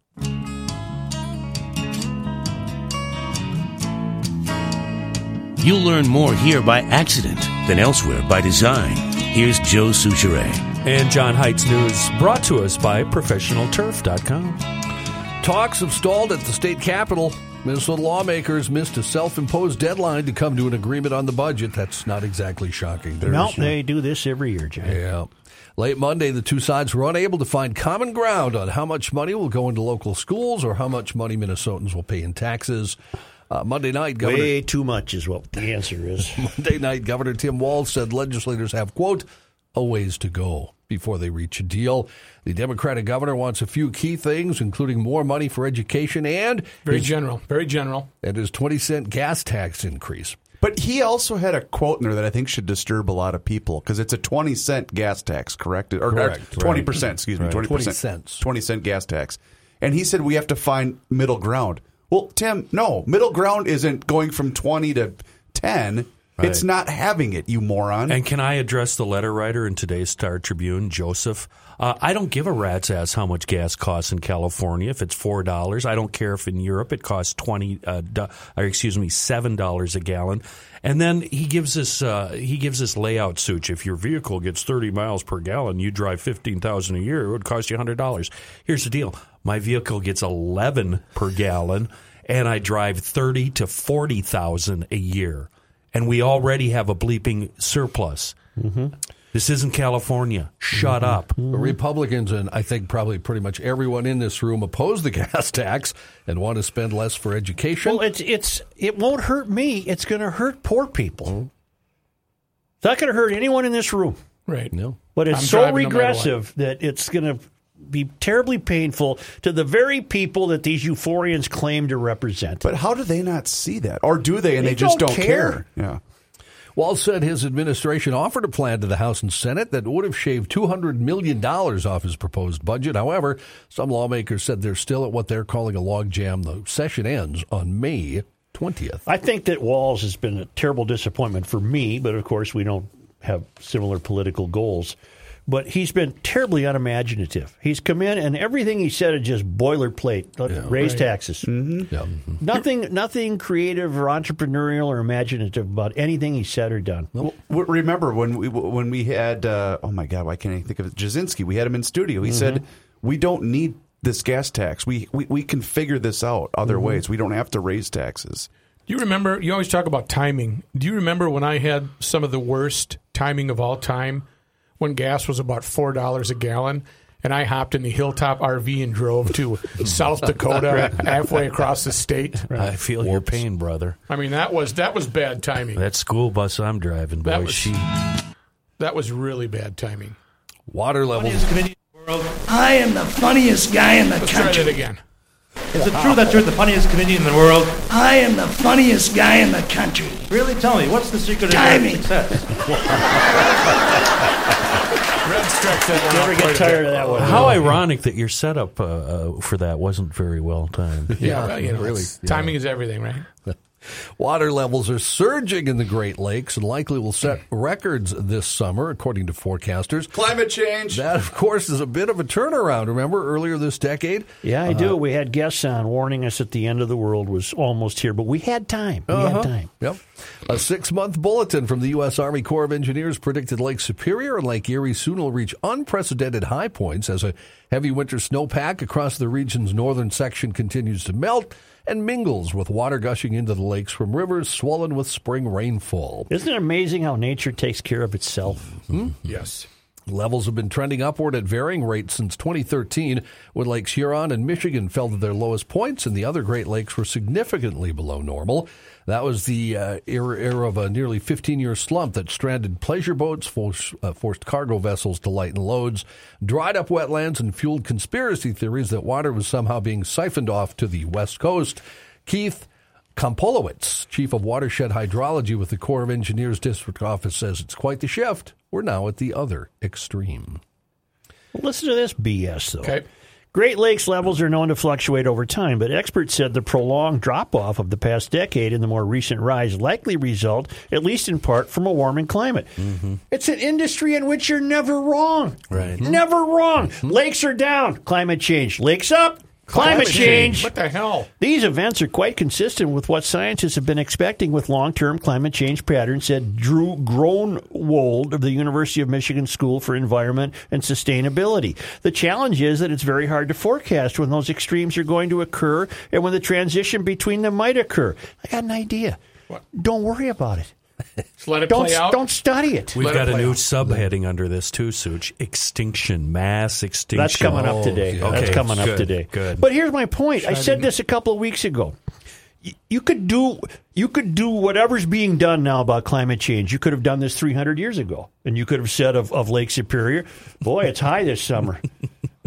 Speaker 11: You'll learn more here by accident than elsewhere by design. Here's Joe Souchere.
Speaker 1: And John Heights News brought to us by ProfessionalTurf.com.
Speaker 7: Talks have stalled at the state capitol. Minnesota lawmakers missed a self imposed deadline to come to an agreement on the budget. That's not exactly shocking. There's-
Speaker 3: No, they do this every year, John.
Speaker 7: Yeah. Late Monday, the two sides were unable to find common ground on how much money will go into local schools or how much money Minnesotans will pay in taxes. Uh, Monday night, Governor.
Speaker 3: Way too much is what the answer is.
Speaker 7: <laughs> Monday night, Governor Tim Walz said legislators have, quote, a ways to go before they reach a deal. The Democratic governor wants a few key things, including more money for education and,
Speaker 2: Very general. Very general.
Speaker 7: and his 20 cent gas tax increase.
Speaker 4: But he also had a quote in there that I think should disturb a lot of people because it's a 20 cent gas tax, correct? Or,
Speaker 7: Correct.
Speaker 4: 20%, excuse me, 20%.
Speaker 7: 20 cents.
Speaker 4: 20 cent gas tax. And he said we have to find middle ground. Well, Tim, no. Middle ground isn't going from 20 to 10. It's not having it, you moron.
Speaker 1: And can I address the letter writer in today's Star Tribune, Joseph? Uh, I don't give a rat's ass how much gas costs in California. If it's four dollars, I don't care if in Europe it costs twenty, uh, do- or excuse me, seven dollars a gallon. And then he gives this uh, he gives this layout, Such. If your vehicle gets thirty miles per gallon, you drive fifteen thousand a year. It would cost you hundred dollars. Here's the deal: my vehicle gets eleven per gallon, and I drive thirty to forty thousand a year and we already have a bleeping surplus.
Speaker 3: Mm-hmm.
Speaker 1: This isn't California. Shut up.
Speaker 7: The Republicans and I think probably pretty much everyone in this room oppose the <laughs> gas tax and want to spend less for education.
Speaker 3: Well, it's it's it won't hurt me. It's going to hurt poor people.
Speaker 2: Mm-hmm.
Speaker 3: It's not going to hurt anyone in this room.
Speaker 2: Right. No.
Speaker 3: But it's
Speaker 2: I'm
Speaker 3: so
Speaker 2: driving no matter what.
Speaker 3: regressive that it's going to be terribly painful to the very people that these euphorians claim to represent.
Speaker 4: but how do they not see that? Or do they and they,
Speaker 3: They
Speaker 4: just
Speaker 3: don't
Speaker 4: don't
Speaker 3: care.
Speaker 4: care? Yeah.
Speaker 7: Wall said his administration offered a plan to the House and Senate that would have shaved $200 million off his proposed budget. However, some lawmakers said they're still at what they're calling a logjam. The session ends on May 20th.
Speaker 3: I think that Walls has been a terrible disappointment for me, but of course we don't have similar political goals. But he's been terribly unimaginative. He's come in and everything he said is just boilerplate. Let- raise taxes.
Speaker 7: Mm-hmm. Yeah.
Speaker 3: Nothing, nothing creative or entrepreneurial or imaginative about anything he said or done.
Speaker 4: W- Remember when we when we had uh, oh my god why can't I think of it Jasinski we had him in studio he said we don't need this gas tax we we, we can figure this out other ways we don't have to raise taxes
Speaker 2: Do you remember? You always talk about timing. Do you remember when I had some of the worst timing of all time when gas was about $4 a gallon? And I hopped in the hilltop RV and drove to South Dakota, halfway across the state.
Speaker 1: I feel your pain, brother.
Speaker 2: I mean, that was that was bad timing.
Speaker 1: That school bus I'm driving, boy,
Speaker 2: That was-
Speaker 1: she
Speaker 2: That was really bad timing.
Speaker 7: Water levels.
Speaker 12: I am the funniest guy in the
Speaker 2: Let's try that
Speaker 12: country.
Speaker 2: again.
Speaker 12: Is it true that you're the funniest comedian in the world? I am the funniest guy in the country. Really? Tell me, what's the secret your Timing. success?
Speaker 2: Red stretch that one out
Speaker 3: Never get
Speaker 2: quite a bit.
Speaker 3: tired of that one.
Speaker 1: How ironic that your setup uh, uh, for that wasn't very well timed.
Speaker 2: Yeah, well, you know,
Speaker 7: really,
Speaker 2: really. Timing is everything, right?
Speaker 7: Water levels are surging in the Great Lakes and likely
Speaker 1: <clears throat>
Speaker 7: will set records this summer, according to forecasters.
Speaker 4: Climate change.
Speaker 7: That, of course, is a bit of a turnaround. Remember earlier this decade?
Speaker 3: Yeah, I do. We had guests on warning us that the end of the world was almost here, but we had time. We
Speaker 7: Uh-huh.
Speaker 3: had time.
Speaker 7: Yep. A six month bulletin from the U.S. Army Corps of Engineers predicted Lake Superior and Lake Erie soon will reach unprecedented high points as a heavy winter snowpack across the region's northern section continues to melt and mingles with water gushing into the lakes from rivers swollen with spring rainfall.
Speaker 3: Isn't it amazing how nature takes care of itself?
Speaker 2: Yes.
Speaker 7: Levels have been trending upward at varying rates since 2013, when Lakes Huron and Michigan fell to their lowest points, and the other Great Lakes were significantly below normal. That was the uh, era, era of a nearly 15 year slump that stranded pleasure boats, forced, uh, forced cargo vessels to lighten loads, dried up wetlands, and fueled conspiracy theories that water was somehow being siphoned off to the West Coast. Keith, Kompolowitz, chief of watershed hydrology with the Corps of Engineers District Office, says it's quite the shift. We're now at the other extreme.
Speaker 3: Listen to this BS, though.
Speaker 2: Okay.
Speaker 3: Great Lakes levels are known to fluctuate over time, but experts said the prolonged drop off of the past decade and the more recent rise likely result, at least in part, from a warming climate. It's an industry in which you're never wrong. Mm-hmm. Right. Never wrong. Lakes are down, climate change. Lakes up, climate, change.
Speaker 2: What the hell?
Speaker 3: These events are quite consistent with what scientists have been expecting with long term climate change patterns, said Drew Groenwold of the University of Michigan School for Environment and Sustainability. The challenge is that it's very hard to forecast when those extremes are going to occur and when the transition between them might occur. I got an idea. Don't worry about it.
Speaker 2: Just let it
Speaker 3: Don't,
Speaker 2: play out.
Speaker 3: don't study it.
Speaker 1: We've
Speaker 2: Let it
Speaker 1: got a
Speaker 2: play
Speaker 1: new
Speaker 2: out.
Speaker 1: subheading under this too, Such. Extinction, mass extinction. Oh,
Speaker 3: That's coming up today.
Speaker 1: Okay,
Speaker 3: That's coming up
Speaker 1: good,
Speaker 3: today.
Speaker 1: Good.
Speaker 3: But here's my point. I said this a couple of weeks ago. Y- You could do you could do whatever's being done now about climate change. You could have done this 300 years ago, and you could have said of, of Lake Superior, "Boy, it's high
Speaker 1: <laughs>
Speaker 3: this summer,"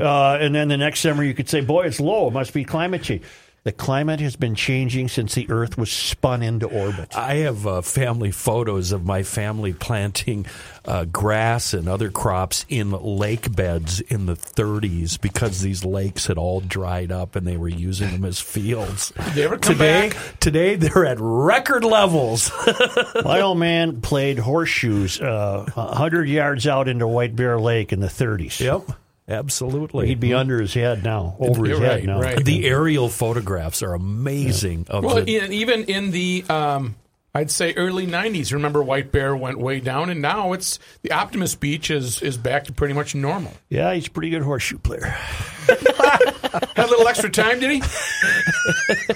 Speaker 3: uh, and then the next summer you could say, "Boy, it's low. It must be climate change." The climate has been changing since the Earth was spun
Speaker 1: <laughs>
Speaker 3: into orbit.
Speaker 1: I have uh, family photos of my family planting uh, grass and other crops in lake beds in the 30s because these lakes had all dried up and they were using them as
Speaker 2: <laughs>
Speaker 1: fields.
Speaker 2: They ever come
Speaker 1: Today,
Speaker 2: back?
Speaker 1: today they're at record levels. <laughs>
Speaker 3: My old man played horseshoes uh, 100 yards out into White Bear Lake in the 30s.
Speaker 1: yep, absolutely.
Speaker 3: He'd be
Speaker 4: Mm-hmm.
Speaker 3: under his head now, over his
Speaker 2: You're
Speaker 3: head
Speaker 2: right,
Speaker 3: now.
Speaker 2: right.
Speaker 1: The aerial photographs are amazing. Of
Speaker 2: Well,
Speaker 1: the-
Speaker 2: in, even in the, um, I'd say early '90s. Remember, White Bear went way down, and now it's the Optimist Beach is is back to pretty much normal.
Speaker 3: Yeah, he's a pretty good horseshoe player.
Speaker 2: Had a little extra time,
Speaker 7: <laughs>
Speaker 2: did he?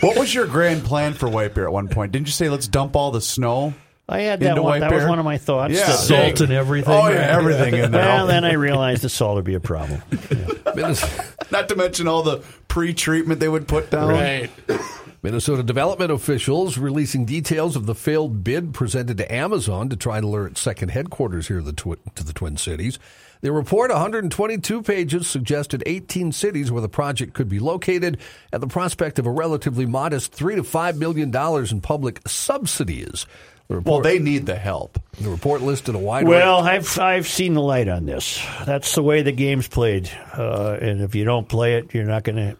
Speaker 4: what was your grand plan for White Bear at one point? Didn't you say let's dump all the snow?
Speaker 3: I had that
Speaker 4: Into
Speaker 3: one.
Speaker 4: White
Speaker 3: That was
Speaker 4: Bear?
Speaker 3: one of my thoughts.
Speaker 4: Yeah.
Speaker 3: that-
Speaker 1: salt and everything.
Speaker 4: Oh yeah, everything <laughs> in there.
Speaker 3: well, then I realized the salt would be a problem.
Speaker 7: Minnes-
Speaker 4: <laughs> Not to mention all the pre-treatment they would put down.
Speaker 2: Right.
Speaker 7: <laughs> Minnesota development officials releasing details of the failed bid presented to Amazon to try to lure its second headquarters here to the, twi- to the Twin Cities. The report, 122 pages, suggested 18 cities where the project could be located at the prospect of a relatively modest three to five million dollars in public subsidies. The report,
Speaker 4: Well, they need the help.
Speaker 7: the report listed a wide
Speaker 3: Well, I've I've seen the light on this. That's the way the game's played, uh, and if you don't play it, you're not going to.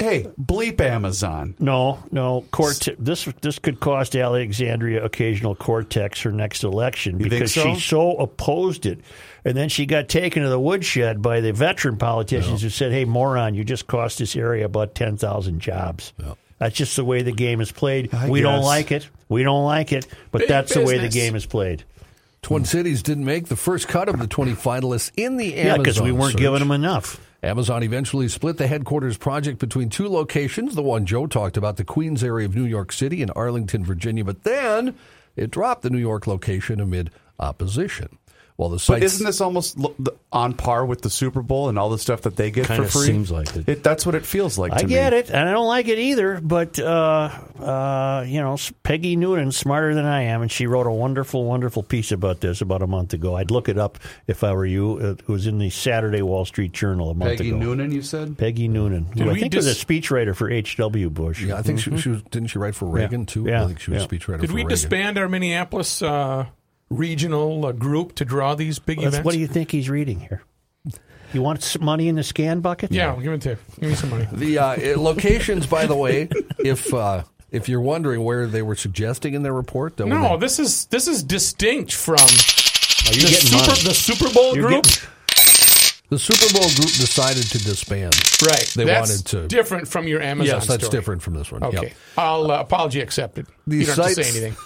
Speaker 4: Hey, bleep Amazon.
Speaker 3: No, no. Cort- this this could cost Alexandria occasional cortex her next election
Speaker 4: think
Speaker 3: because
Speaker 4: so?
Speaker 3: she so opposed it, and then she got taken to the woodshed by the veteran politicians who said, "Hey, moron, you just cost this area about ten thousand jobs." That's just the way the game is played.
Speaker 4: I
Speaker 3: we don't
Speaker 4: guess.
Speaker 3: like it. We don't like it, but
Speaker 2: Big
Speaker 3: that's the way the
Speaker 2: business.
Speaker 3: game is played.
Speaker 7: Twin Cities didn't make the first cut of the 20 finalists in the Amazon.
Speaker 3: Yeah, because we weren't
Speaker 7: search.
Speaker 3: giving them enough.
Speaker 7: Amazon eventually split the headquarters project between two locations, the one Joe talked about, the Queens area of New York City and Arlington, Virginia, but then it dropped the New York location amid opposition. While the
Speaker 4: But
Speaker 7: site
Speaker 4: isn't this almost l- the- on par with the Super Bowl and all the stuff that they get
Speaker 1: Kinda
Speaker 4: for free?
Speaker 1: seems like it.
Speaker 4: That's what it feels like.
Speaker 3: I
Speaker 4: to
Speaker 3: get
Speaker 4: me.
Speaker 3: it, and I don't like it either. But uh, uh, you know, s- Peggy Noonan, smarter than I am, and she wrote a wonderful, wonderful piece about this about a month ago. I'd look it up if I were you. It was in the Saturday Wall Street Journal a month
Speaker 4: Peggy
Speaker 3: ago.
Speaker 4: Noonan, you said.
Speaker 3: Peggy Noonan, who I
Speaker 2: we
Speaker 3: think was a
Speaker 2: dis-
Speaker 3: speechwriter for H.W. Bush.
Speaker 7: Yeah, I think she, she was, didn't she write for Reagan too?
Speaker 3: Mm-hmm. Yeah,
Speaker 7: I think she was
Speaker 3: yeah.
Speaker 7: a speechwriter
Speaker 2: Did
Speaker 7: for
Speaker 2: we
Speaker 7: Reagan.
Speaker 2: disband our Minneapolis uh, regional uh, group to draw these big
Speaker 3: That's-
Speaker 2: events?
Speaker 3: what do you think he's reading here? You want s- money in the scan bucket?
Speaker 7: <laughs>
Speaker 2: yeah, give it to. Give me some money.
Speaker 7: The uh, eh, locations, by the way, if uh, If you're wondering where they were suggesting in their report, that
Speaker 2: No,
Speaker 7: would-
Speaker 2: this is this is distinct from
Speaker 7: Are you
Speaker 2: the,
Speaker 7: getting
Speaker 2: Super,
Speaker 7: money?
Speaker 2: the Super Bowl
Speaker 7: You're
Speaker 2: group.
Speaker 7: getting- the Super Bowl group decided to disband.
Speaker 2: right.
Speaker 7: They
Speaker 2: that's
Speaker 7: wanted to.
Speaker 2: different from your Amazon.
Speaker 7: Yes, that's
Speaker 2: story.
Speaker 7: different from this one.
Speaker 2: Okay,
Speaker 7: Yep.
Speaker 2: I'll uh, apology accepted.
Speaker 7: The
Speaker 2: you don't have to
Speaker 7: sites-
Speaker 2: say anything.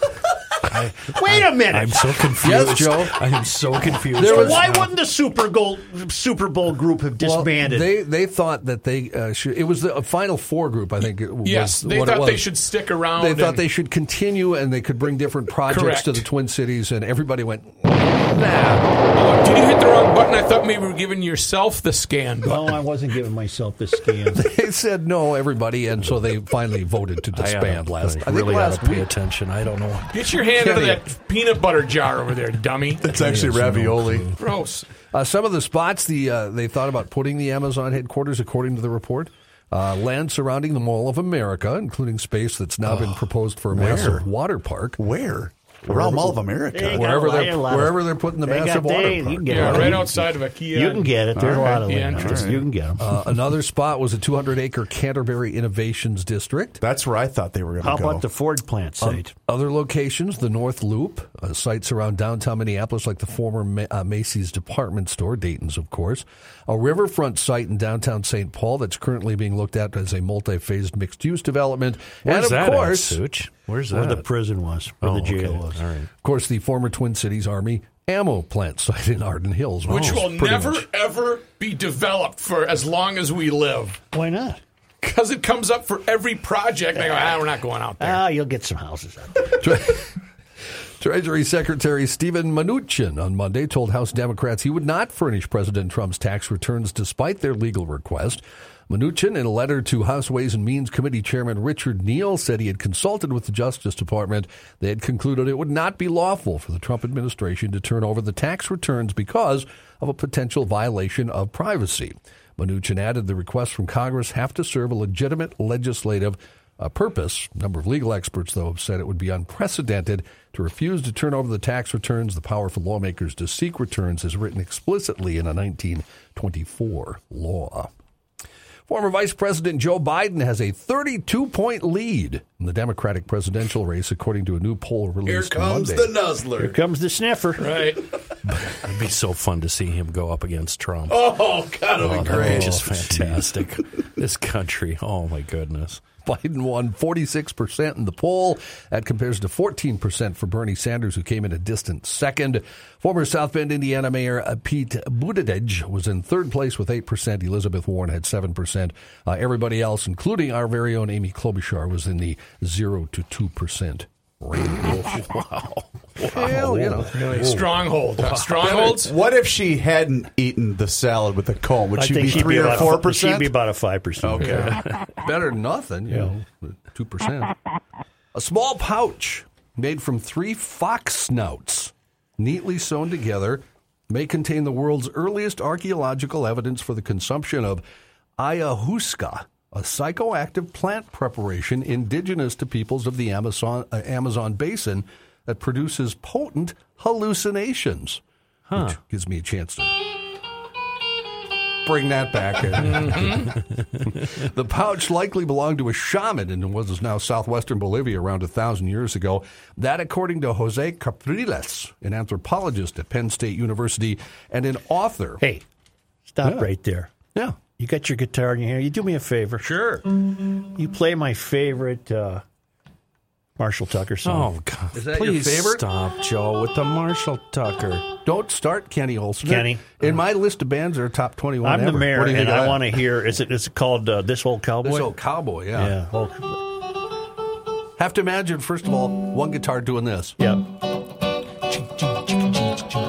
Speaker 13: Wait a minute.
Speaker 1: I'm so confused,
Speaker 7: Yes, Joe.
Speaker 1: I am so confused.
Speaker 13: So
Speaker 1: right
Speaker 13: why
Speaker 1: now.
Speaker 13: wouldn't the Super Bowl Super Bowl group have
Speaker 7: Well,
Speaker 13: disbanded?
Speaker 7: they they thought that they uh, should. It was the uh, final four group. I think. It was
Speaker 2: Yes, they
Speaker 7: what it
Speaker 2: thought they
Speaker 7: was.
Speaker 2: should stick around.
Speaker 7: They thought
Speaker 2: and-
Speaker 7: they should continue, and they could bring different projects
Speaker 2: Correct.
Speaker 7: to the Twin Cities, and everybody went. <laughs>
Speaker 2: Oh, did you hit the wrong button? I thought maybe we were giving yourself the scan. button.
Speaker 13: no, I wasn't giving myself this scan.
Speaker 7: They said no, everybody, and so they finally voted to
Speaker 1: I oughta-
Speaker 7: disband last.
Speaker 1: I
Speaker 7: I think
Speaker 1: really ought
Speaker 7: last
Speaker 1: to pay
Speaker 7: week.
Speaker 1: attention. I don't know.
Speaker 2: Get your hand out of
Speaker 7: Kenny.
Speaker 2: that peanut butter jar over there, dummy.
Speaker 4: It's actually ravioli.
Speaker 2: Gross.
Speaker 7: Uh, some of the spots the uh, they thought about putting the Amazon headquarters, according to the report. Uh, land surrounding the Mall of America, including space that's now been proposed for a massive water park.
Speaker 4: Where? We're all Mall of America.
Speaker 13: They got
Speaker 7: Wherever
Speaker 13: a lot-
Speaker 7: they're-
Speaker 13: a lot of-
Speaker 7: wherever they're putting the
Speaker 13: they
Speaker 7: massive
Speaker 13: got-
Speaker 7: water
Speaker 13: You
Speaker 7: park.
Speaker 13: can get
Speaker 2: Yeah,
Speaker 13: one.
Speaker 2: right outside of a Kia.
Speaker 13: You can get it. There's a
Speaker 2: All
Speaker 13: lot
Speaker 2: right,
Speaker 13: of
Speaker 2: the
Speaker 13: land.
Speaker 2: entrance.
Speaker 13: You can get them.
Speaker 7: Uh, another spot was a 200 acre Canterbury Innovations District.
Speaker 4: That's where I thought they were going to go.
Speaker 13: How about the Ford plant site?
Speaker 7: Other locations, the North Loop, uh, sites around downtown Minneapolis like the former Ma- uh, Macy's department store, Dayton's, of course. A riverfront site in downtown St. Paul that's currently being looked at as a multi phased mixed use development. and
Speaker 1: Where's
Speaker 7: of
Speaker 1: that at,
Speaker 7: course,
Speaker 1: Such? Where's that?
Speaker 13: where the prison was, where
Speaker 1: Oh,
Speaker 13: the jail
Speaker 1: okay.
Speaker 13: was.
Speaker 1: All right.
Speaker 7: of course, the former Twin Cities Army ammo plant site in Arden Hills,
Speaker 2: Which
Speaker 7: is
Speaker 2: will
Speaker 7: pretty
Speaker 2: never,
Speaker 7: much-
Speaker 2: ever be developed for as long as we live.
Speaker 13: Why not?
Speaker 2: Because it comes up for every project. They go, ah, we're not going out
Speaker 3: Uh,
Speaker 2: there.
Speaker 13: Ah, you'll get some houses out there.
Speaker 7: Tre- Treasury Secretary Steven Mnuchin on Monday told House Democrats he would not furnish President Trump's tax returns despite their legal request. Mnuchin, in a letter to House Ways and Means Committee Chairman Richard Neal, said he had consulted with the Justice Department. They had concluded it would not be lawful for the Trump administration to turn over the tax returns because of a potential violation of privacy. Mnuchin added the requests from Congress have to serve a legitimate legislative uh, purpose. A number of legal experts, though, have said it would be unprecedented to refuse to turn over the tax returns. The power for lawmakers to seek returns is written explicitly in a 1924 law. Former Vice President Joe Biden has a 32 point lead in the Democratic presidential race, according to a new poll released Monday.
Speaker 13: Here
Speaker 4: nuzzler.
Speaker 13: comes the sniffer.
Speaker 2: Right?
Speaker 1: It'd be so fun to see him go up against Trump.
Speaker 4: Oh, God, it'll
Speaker 1: Oh,
Speaker 4: be
Speaker 1: that would be
Speaker 4: great.
Speaker 1: just fantastic. this country. Oh my goodness.
Speaker 7: Biden won 46% in the poll. That compares to 14% for Bernie Sanders, who came in a distant second. Former South Bend, Indiana Mayor uh, Pete Buttigieg was in third place with 8%. Elizabeth Warren had 7%. Uh, everybody else, including our very own Amy Klobuchar, was in the 0 to 2% range. <laughs> wow. Well, you know.
Speaker 2: Stronghold. huh? Strongholds?
Speaker 4: What if she hadn't eaten the salad with a comb? Would
Speaker 13: I
Speaker 4: she
Speaker 13: think
Speaker 4: be
Speaker 13: she'd
Speaker 4: three
Speaker 13: be
Speaker 4: or
Speaker 13: about a-
Speaker 4: four percent?
Speaker 13: She'd be about a five percent.
Speaker 4: Okay.
Speaker 7: <laughs> better than nothing, you know, two percent. A small pouch made from three fox snouts, neatly sewn together, may contain the world's earliest archaeological evidence for the consumption of ayahuasca, a psychoactive plant preparation indigenous to peoples of the Amazon uh, Amazon basin that produces potent hallucinations. Which gives me a chance to bring that back the pouch likely belonged to a shaman in what is now southwestern Bolivia around a thousand years ago. That, according to Jose Capriles, an anthropologist at Penn State University and an author.
Speaker 13: Hey, stop right there.
Speaker 7: Yeah.
Speaker 13: You got your guitar in your hand. You do me a favor. Sure. You play my favorite uh, Marshall Tucker song.
Speaker 1: Oh God!
Speaker 7: Is that your
Speaker 1: Please
Speaker 7: favorite?
Speaker 1: stop, Joe, with the Marshall Tucker.
Speaker 7: Don't start Kenny Olson.
Speaker 13: Kenny.
Speaker 7: In my list of bands that are top 21
Speaker 13: I'm the
Speaker 7: ever.
Speaker 13: mayor,
Speaker 7: What do you
Speaker 13: and
Speaker 7: think of
Speaker 13: I
Speaker 7: that?
Speaker 13: want to hear. Is it? Is it called uh, This Old Cowboy?
Speaker 7: This old cowboy, yeah.
Speaker 13: yeah. Old-
Speaker 7: Have to imagine, first of all, one guitar doing this.
Speaker 13: yeah.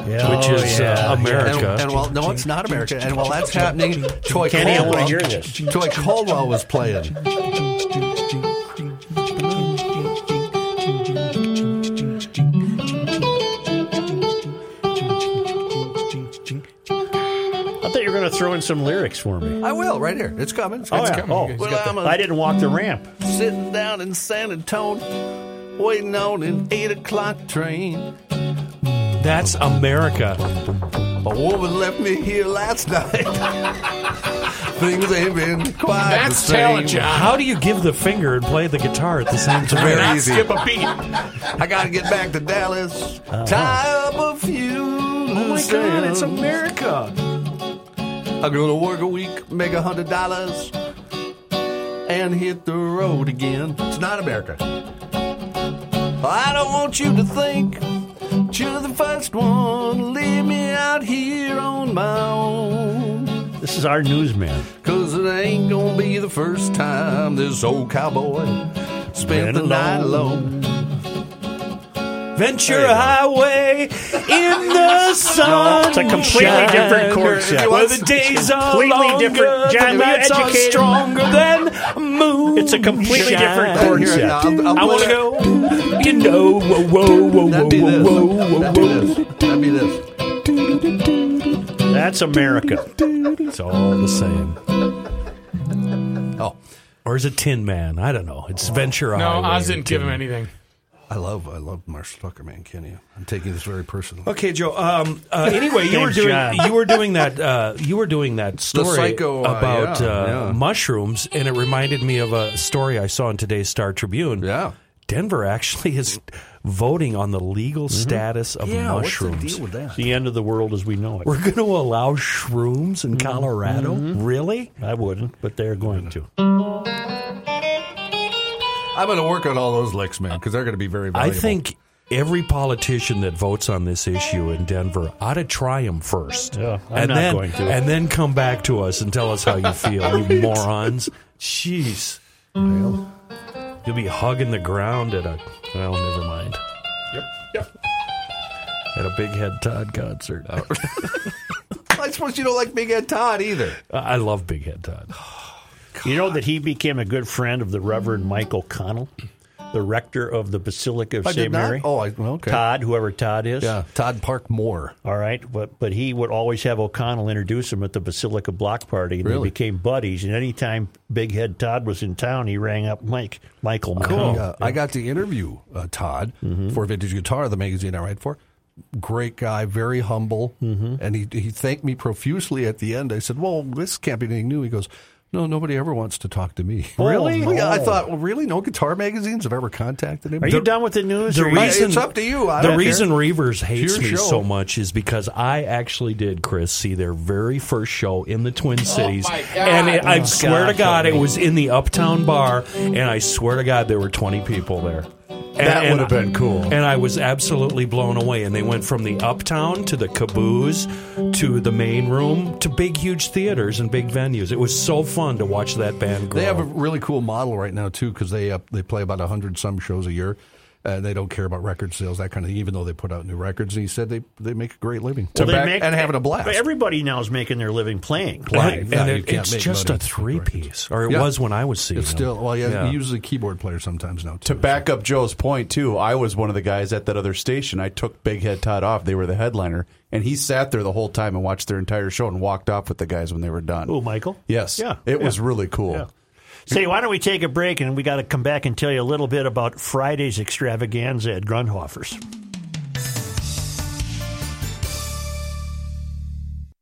Speaker 13: Yeah,
Speaker 1: Which
Speaker 13: oh,
Speaker 1: is, uh,
Speaker 13: yeah.
Speaker 1: America.
Speaker 7: And, and while, no, it's not America. And while that's happening, Troy
Speaker 13: Kenny, I
Speaker 7: Caldwell,
Speaker 13: wanna hear this.
Speaker 7: Troy Caldwell was playing.
Speaker 13: I thought you were going to throw in some lyrics for me.
Speaker 7: I will right here. It's coming. It's
Speaker 13: Oh,
Speaker 7: coming.
Speaker 13: yeah. Oh.
Speaker 7: Well, I'm a-
Speaker 13: I didn't walk the ramp.
Speaker 7: Sitting down in San Antonio, waiting on an eight o'clock train.
Speaker 1: That's America.
Speaker 14: <laughs>
Speaker 7: A woman left me here last night.
Speaker 14: Things ain't been quite the same.
Speaker 1: How do you give the finger and play the guitar at the same
Speaker 14: It's
Speaker 1: time?
Speaker 14: very easy. I gotta get back to Dallas. Tie up a few. Oh
Speaker 1: my God, it's America.
Speaker 14: I'm gonna work a week, make a hundred dollars, and hit the road again. It's not America. I don't want you to think you're the first one. Leave me out here on my own.
Speaker 3: This is our newsman.
Speaker 14: Cause it ain't gonna be the first time this old cowboy spent
Speaker 3: Been
Speaker 14: the night
Speaker 3: alone.
Speaker 14: alone.
Speaker 1: Ventura Highway
Speaker 3: <laughs>
Speaker 1: in the sun.
Speaker 3: it's a completely different chord set.
Speaker 1: Where the
Speaker 3: It's
Speaker 1: days are
Speaker 3: completely
Speaker 1: longer,
Speaker 3: different.
Speaker 1: the
Speaker 3: John, will you
Speaker 1: nights are
Speaker 3: educate him?
Speaker 1: stronger than moon.
Speaker 3: It's a completely different chord set.
Speaker 1: I want to go. You know, whoa, whoa, whoa, whoa, whoa, whoa, whoa, whoa.
Speaker 14: That'd be this.
Speaker 3: That's America.
Speaker 1: It's all the same. Oh, or is it Tin Man? I don't know. It's Ventura
Speaker 2: No,
Speaker 1: Highway.
Speaker 2: Oz didn't give him anything.
Speaker 7: I love I love Marshall Tuckerman, Kenya. I'm taking this very personally.
Speaker 1: Okay, Joe. Um, uh, anyway, you were
Speaker 7: Thanks,
Speaker 1: doing
Speaker 7: John.
Speaker 1: you were doing that uh, you were doing that story
Speaker 14: psycho, uh,
Speaker 1: about
Speaker 14: yeah,
Speaker 1: uh,
Speaker 14: yeah.
Speaker 1: mushrooms, and it reminded me of a story I saw in today's Star Tribune. Yeah, Denver actually is voting on the legal status of
Speaker 7: Yeah, what's the
Speaker 1: mushrooms.
Speaker 7: deal with that?
Speaker 3: The end of the world as we know it.
Speaker 1: We're going to allow shrooms in Colorado? Really?
Speaker 3: I wouldn't, but they're going to.
Speaker 7: I'm going to work on all those licks, man, because they're going to be very
Speaker 1: I
Speaker 7: valuable.
Speaker 1: think every politician that votes on this issue in Denver ought to try them first.
Speaker 3: Yeah, I'm
Speaker 1: and
Speaker 3: not
Speaker 1: then,
Speaker 3: going to.
Speaker 1: And then come back to us and tell us how you feel,
Speaker 3: <laughs>
Speaker 1: you morons. Jeez. You'll be hugging the ground at a, well, never mind.
Speaker 2: Yep. Yep.
Speaker 1: At a Big Head Todd concert.
Speaker 14: I suppose you don't like Big Ed Todd either.
Speaker 1: <laughs> I love Big Head Todd.
Speaker 3: You know that he became a good friend of the Reverend Michael Connell, the rector of the Basilica of
Speaker 7: I
Speaker 3: St.
Speaker 7: did not?
Speaker 3: Mary.
Speaker 7: Oh, I- well, okay.
Speaker 3: Todd, whoever Todd is.
Speaker 7: Yeah, Todd Park Moore.
Speaker 3: All right, but but he would always have O'Connell introduce him at the Basilica Block Party, and
Speaker 7: Really?
Speaker 3: they became buddies. And anytime Big Head Todd was in town, he rang up Mike Michael.
Speaker 7: Cool.
Speaker 3: McConnell.
Speaker 7: I got to interview uh, Todd
Speaker 3: Mm-hmm.
Speaker 7: for Vintage Guitar, the magazine I write for. Great guy, very humble,
Speaker 3: Mm-hmm.
Speaker 7: and he he thanked me profusely at the end. I said, "Well, this can't be anything new." He goes, "No, nobody ever wants to talk to me."
Speaker 3: Really?
Speaker 7: Oh, <laughs> yeah. I
Speaker 3: Oh.
Speaker 7: thought, well, really, no guitar magazines have ever contacted him.
Speaker 3: Are you done with the news?
Speaker 1: The
Speaker 3: Or you-
Speaker 1: reason
Speaker 7: it's up to you. I
Speaker 1: the
Speaker 7: don't care.
Speaker 1: reason Reavers hates
Speaker 7: your
Speaker 1: me
Speaker 7: show.
Speaker 1: so much is because I actually did, Chris, see their very first show in the Twin Cities,
Speaker 2: Oh my God.
Speaker 1: and it, I
Speaker 3: Oh,
Speaker 1: swear to
Speaker 3: God,
Speaker 1: God, it
Speaker 3: help me.
Speaker 1: was in the Uptown Bar, and I swear to God, there were twenty people there. And,
Speaker 14: That
Speaker 1: and
Speaker 14: would have
Speaker 1: I-
Speaker 14: been cool.
Speaker 1: And I was absolutely blown away. And they went from the Uptown to the Caboose to the main room to big, huge theaters and big venues. It was so fun to watch that band grow.
Speaker 7: They have a really cool model right now too, because they uh, they play about hundred some shows a year, and they don't care about record sales that kind of thing. Even though they put out new records, and he said they they make a great living
Speaker 3: Well, they
Speaker 7: Back-
Speaker 3: make-
Speaker 7: and having a blast.
Speaker 3: But everybody now is making their living playing.
Speaker 7: Right.
Speaker 1: and
Speaker 7: Yeah, you
Speaker 1: it,
Speaker 7: can't
Speaker 1: it's
Speaker 7: make
Speaker 1: just
Speaker 7: money
Speaker 1: a
Speaker 7: with
Speaker 1: three piece, or it
Speaker 7: Yeah.
Speaker 1: was when I was seeing
Speaker 7: it's
Speaker 1: them.
Speaker 7: still well, yeah, usually keyboard players sometimes now too.
Speaker 4: To back up Joe's point too, I was one of the guys at that other station. I took Big Head Todd off. They were the headliner, and he sat there the whole time and watched their entire show and walked off with the guys when they were done.
Speaker 3: Oh, Michael.
Speaker 4: Yes,
Speaker 3: Yeah.
Speaker 4: it
Speaker 3: yeah.
Speaker 4: was really cool.
Speaker 3: Yeah. Say, why don't we take a break and we got to come back and tell you a little bit about Friday's extravaganza at Grunhofer's.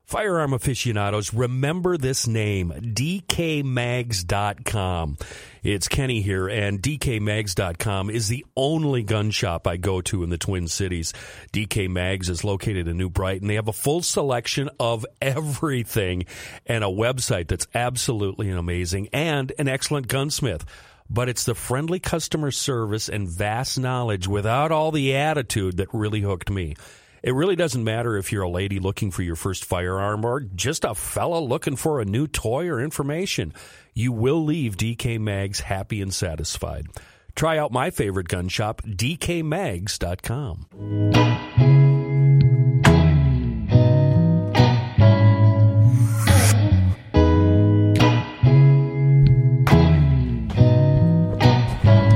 Speaker 1: Firearm aficionados, remember this name, dkmags.com. It's Kenny here, and dkmags.com is the only gun shop I go to in the Twin Cities. DK Mags is located in New Brighton. They have a full selection of everything and a website that's absolutely amazing and an excellent gunsmith but it's the friendly customer service and vast knowledge without all the attitude that really hooked me. It really doesn't matter if you're a lady looking for your first firearm or just a fella looking for a new toy or information. You will leave DK Mags happy and satisfied. Try out my favorite gun shop, dkmags.com.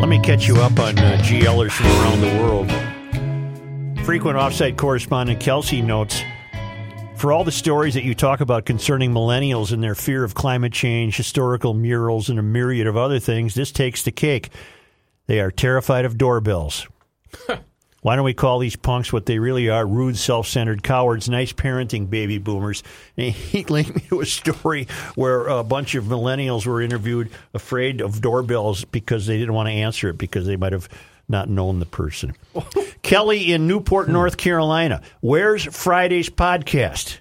Speaker 3: Let me catch you up on uh, GLers from around the world. Frequent offsite correspondent Kelsey notes For all the stories that you talk about concerning millennials and their fear of climate change, historical murals, and a myriad of other things, this takes the cake. They are terrified of doorbells. Why don't we call these punks what they really are? Rude, self centered cowards, nice parenting baby boomers. <laughs> And he linked me to a story where a bunch of millennials were interviewed afraid of doorbells because they didn't want to answer it because they might have not known the person. Kelly in Newport, North Carolina. Where's Friday's podcast?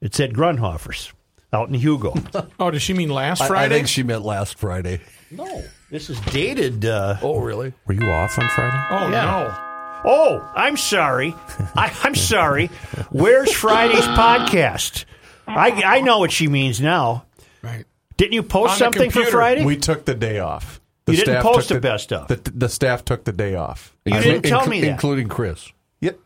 Speaker 3: It's at Grunhofer's out in Hugo.
Speaker 2: Oh, does she mean last
Speaker 7: I- I
Speaker 2: Friday?
Speaker 7: think she meant last Friday.
Speaker 3: No, this is dated. Uh,
Speaker 7: oh, really?
Speaker 1: Were you off on Friday?
Speaker 2: Oh
Speaker 3: no. Oh, I'm sorry. I, I'm sorry. Where's Friday's podcast? I I know what she means now.
Speaker 2: Right.
Speaker 3: Didn't you post something for Friday?
Speaker 4: We took the day off. The
Speaker 3: You didn't
Speaker 4: staff
Speaker 3: post
Speaker 4: took
Speaker 3: the best of.
Speaker 4: The, the staff took the day off.
Speaker 3: You didn't tell me that.
Speaker 7: Including Chris.
Speaker 4: Yep.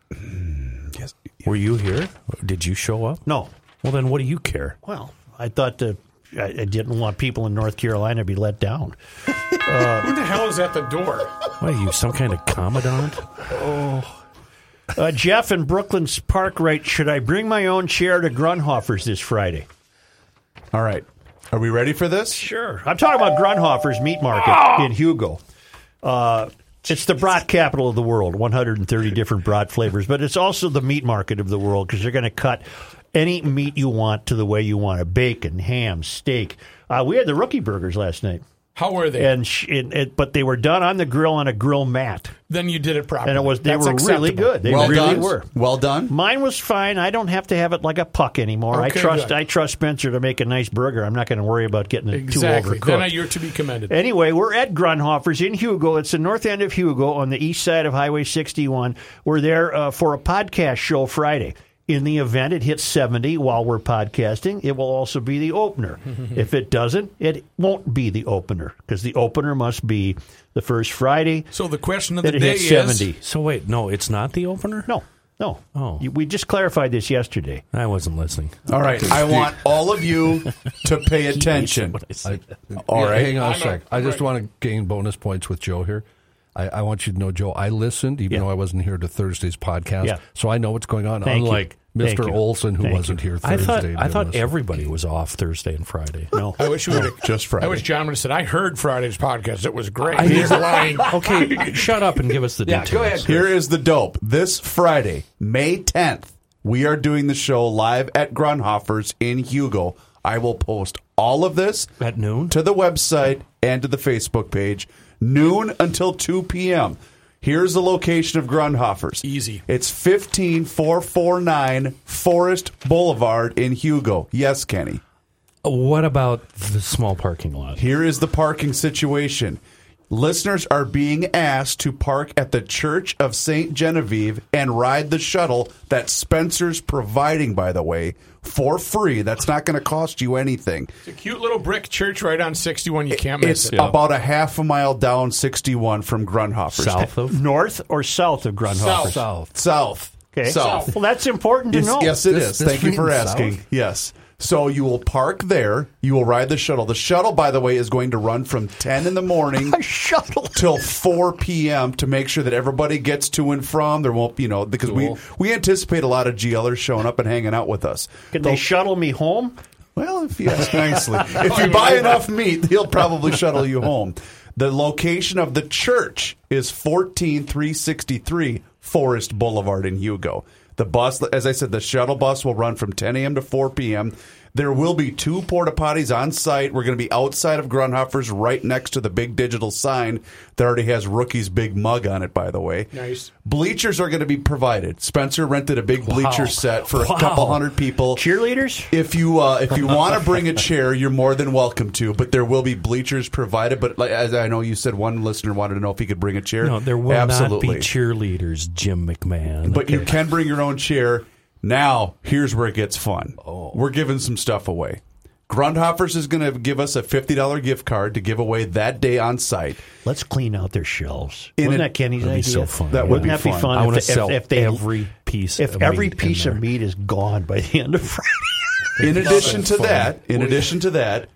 Speaker 1: Were you here? Did you show up?
Speaker 3: No.
Speaker 1: Well, then what do you care?
Speaker 3: Well, I thought the, I, I didn't want people in North Carolina to be let down.
Speaker 2: Who the hell is at the door?
Speaker 1: What are you, some kind of <laughs> commandant?
Speaker 3: Oh. Uh, Jeff in Brooklyn's Park Right, should I bring my own chair to Grunhofer's this Friday?
Speaker 4: All right. Are we ready for this?
Speaker 3: Sure. I'm talking about Grunhofer's Meat
Speaker 2: Oh.
Speaker 3: Market in Hugo. Uh, it's the brat capital of the world, 130 different brat flavors, but it's also the meat market of the world because they're going to cut any meat you want to the way you want it bacon, ham, steak. Uh, we had the rookie burgers last night.
Speaker 2: How were they?
Speaker 3: And, sh- and, and but they were done on the grill on a grill mat.
Speaker 2: Then you did it properly.
Speaker 3: And it was they
Speaker 2: That's
Speaker 3: were really
Speaker 2: acceptable.
Speaker 3: good. They
Speaker 4: well
Speaker 3: really
Speaker 4: done.
Speaker 3: were.
Speaker 4: Well done.
Speaker 3: Mine was fine. I don't have to have it like a puck anymore. I
Speaker 2: Okay,
Speaker 3: trust
Speaker 2: good.
Speaker 3: I trust Spencer to make a nice burger. I'm not going to worry about getting it
Speaker 2: Exactly.
Speaker 3: too
Speaker 2: Then I-
Speaker 3: overcooked.
Speaker 2: you're to be commended.
Speaker 3: Anyway, we're at Grunhofer's in Hugo. It's the north end of Hugo on the east side of Highway 61. We're there uh, for a podcast show Friday. In the event it hits 70 while we're podcasting, it will also be the opener. if it doesn't, it won't be the opener because the opener must be the first Friday.
Speaker 2: So the question of the
Speaker 3: that it
Speaker 2: day
Speaker 3: hits 70.
Speaker 2: is:
Speaker 1: So wait, no, it's not the opener?
Speaker 3: No, no.
Speaker 1: Oh.
Speaker 3: You- We just clarified this yesterday.
Speaker 1: I wasn't listening.
Speaker 4: All right. I want all of you to <laughs> pay attention. All
Speaker 7: Yeah,
Speaker 4: right.
Speaker 7: Hang on a
Speaker 4: I'm
Speaker 7: sec.
Speaker 4: a-
Speaker 7: I just want to gain bonus points with Joe here. I, I want you to know, Joe, I listened, even
Speaker 3: Yeah.
Speaker 7: though I wasn't here to Thursday's podcast.
Speaker 3: Yeah.
Speaker 7: So I know what's going on,
Speaker 3: Thank you.
Speaker 7: unlike
Speaker 3: Thank
Speaker 7: Mr.
Speaker 3: you.
Speaker 7: Olson, who
Speaker 3: Thank
Speaker 7: wasn't here
Speaker 1: I
Speaker 7: Thursday.
Speaker 1: thought I
Speaker 7: to
Speaker 1: thought
Speaker 7: listen.
Speaker 1: everybody was off Thursday and Friday.
Speaker 3: No.
Speaker 2: I wish you would have.
Speaker 4: Just Friday.
Speaker 2: I wish John would have said, "I heard Friday's podcast. It was great."
Speaker 1: I
Speaker 2: He's
Speaker 1: did-
Speaker 2: lying.
Speaker 1: okay, <laughs> shut up and give us the
Speaker 2: Yeah,
Speaker 1: details.
Speaker 2: go ahead.
Speaker 4: Here is the dope. This Friday, May 10th, we are doing the show live at Grunhofer's in Hugo. I will post all of this
Speaker 1: At noon?
Speaker 4: to the website and to the Facebook page, noon until 2 p.m. Here's the location of Grunhofer's.
Speaker 2: Easy.
Speaker 4: It's 15449 Forest Boulevard in Hugo. Yes, Kenny.
Speaker 1: Uh, What about the small parking lot?
Speaker 4: Here is the parking situation. Listeners are being asked to park at the Church of St. Genevieve and ride the shuttle that Spencer's providing, by the way, for free. That's not going to cost you anything.
Speaker 2: It's a cute little brick church right on 61. You can't miss
Speaker 4: It's
Speaker 2: it.
Speaker 4: about a half a mile down 61 from Grunhofer's.
Speaker 1: South of
Speaker 3: North or south of Grunhofer's?
Speaker 7: South.
Speaker 4: South.
Speaker 3: Okay.
Speaker 4: South.
Speaker 3: Well, that's important to
Speaker 4: Yes,
Speaker 3: know.
Speaker 4: yes, it is.
Speaker 7: This- this
Speaker 4: Thank you for
Speaker 7: means
Speaker 4: asking.
Speaker 7: south?
Speaker 4: Yes. So you will park there. You will ride the shuttle. The shuttle, by the way, is going to run from 10 in the
Speaker 3: <laughs>
Speaker 4: morning
Speaker 3: A shuttle.
Speaker 4: till 4 p.m. to make sure that everybody gets to and from. There won't, you know, because
Speaker 7: Cool.
Speaker 4: we we anticipate a lot of GLers showing up and hanging out with us.
Speaker 3: Can they shuttle me home?
Speaker 4: Well, if you ask nicely, if you buy enough meat, he'll probably shuttle you home. The location of the church is 14363 Forest Boulevard in Hugo. The bus, as I said, the shuttle bus will run from 10 a.m. to 4 p.m. There will be two porta potties on site. We're going to be outside of Grunhofer's, right next to the big digital sign that already has Rookie's big mug on it, by the way.
Speaker 2: Nice.
Speaker 4: Bleachers are going to be provided. Spencer rented a big bleacher set for a couple
Speaker 1: Wow.
Speaker 4: hundred people.
Speaker 3: Cheerleaders?
Speaker 4: If you uh, if you want
Speaker 1: <laughs>
Speaker 4: to bring a chair, you're more than welcome to. But there will be bleachers provided. But like, as I know, you said one listener wanted to know if he could bring a chair.
Speaker 1: No, there will
Speaker 4: absolutely.
Speaker 1: not be cheerleaders, Jim McMahon.
Speaker 4: But you can bring your own chair. Now, here's where it gets fun. Oh. We're giving some stuff away. Grundhoffers is going to give us a fifty dollar gift card to give away that day on site.
Speaker 3: Let's clean out their shelves.
Speaker 4: In
Speaker 3: Wouldn't
Speaker 4: a-
Speaker 3: that Kenny's
Speaker 1: That'd be
Speaker 3: idea?
Speaker 1: so fun.
Speaker 4: That would
Speaker 3: Wouldn't that
Speaker 4: be
Speaker 3: be
Speaker 4: fun.
Speaker 3: fun?
Speaker 1: I
Speaker 3: if
Speaker 1: want
Speaker 3: they-
Speaker 1: to
Speaker 3: if,
Speaker 1: sell
Speaker 3: if they,
Speaker 1: every piece.
Speaker 3: if
Speaker 1: of
Speaker 3: every
Speaker 1: meat in
Speaker 3: piece of
Speaker 1: there.
Speaker 3: meat is gone by the end of Friday.
Speaker 4: In addition to
Speaker 7: fun.
Speaker 4: that, in addition to that,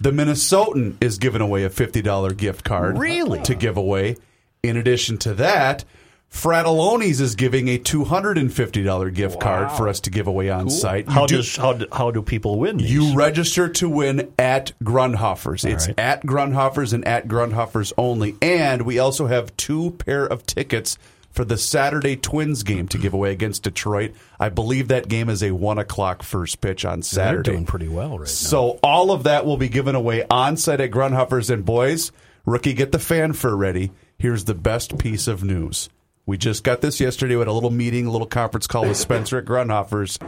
Speaker 4: the Minnesotan is giving away a fifty dollar gift card.
Speaker 3: Really?
Speaker 4: To give away. In addition to that, Fratelloni's is giving a two hundred and fifty dollar gift card for us to give away on site. You
Speaker 3: How
Speaker 4: do-
Speaker 3: does how do, how do people win these?
Speaker 4: you register to win at Grunhofer's. it's
Speaker 3: right.
Speaker 4: at Grunhofer's and at Grunhofer's only. And we also have two pair of tickets for the Saturday Twins game to give away against Detroit. I believe that game is a one o'clock first pitch on Saturday.
Speaker 1: They're doing pretty well right
Speaker 4: So all of that will be given away on site at Grunhoffers and boys, rookie get the fanfare ready. Here's the best piece of news. We just got this yesterday. We had a little meeting, a little conference call with Spencer at Grunhoffers.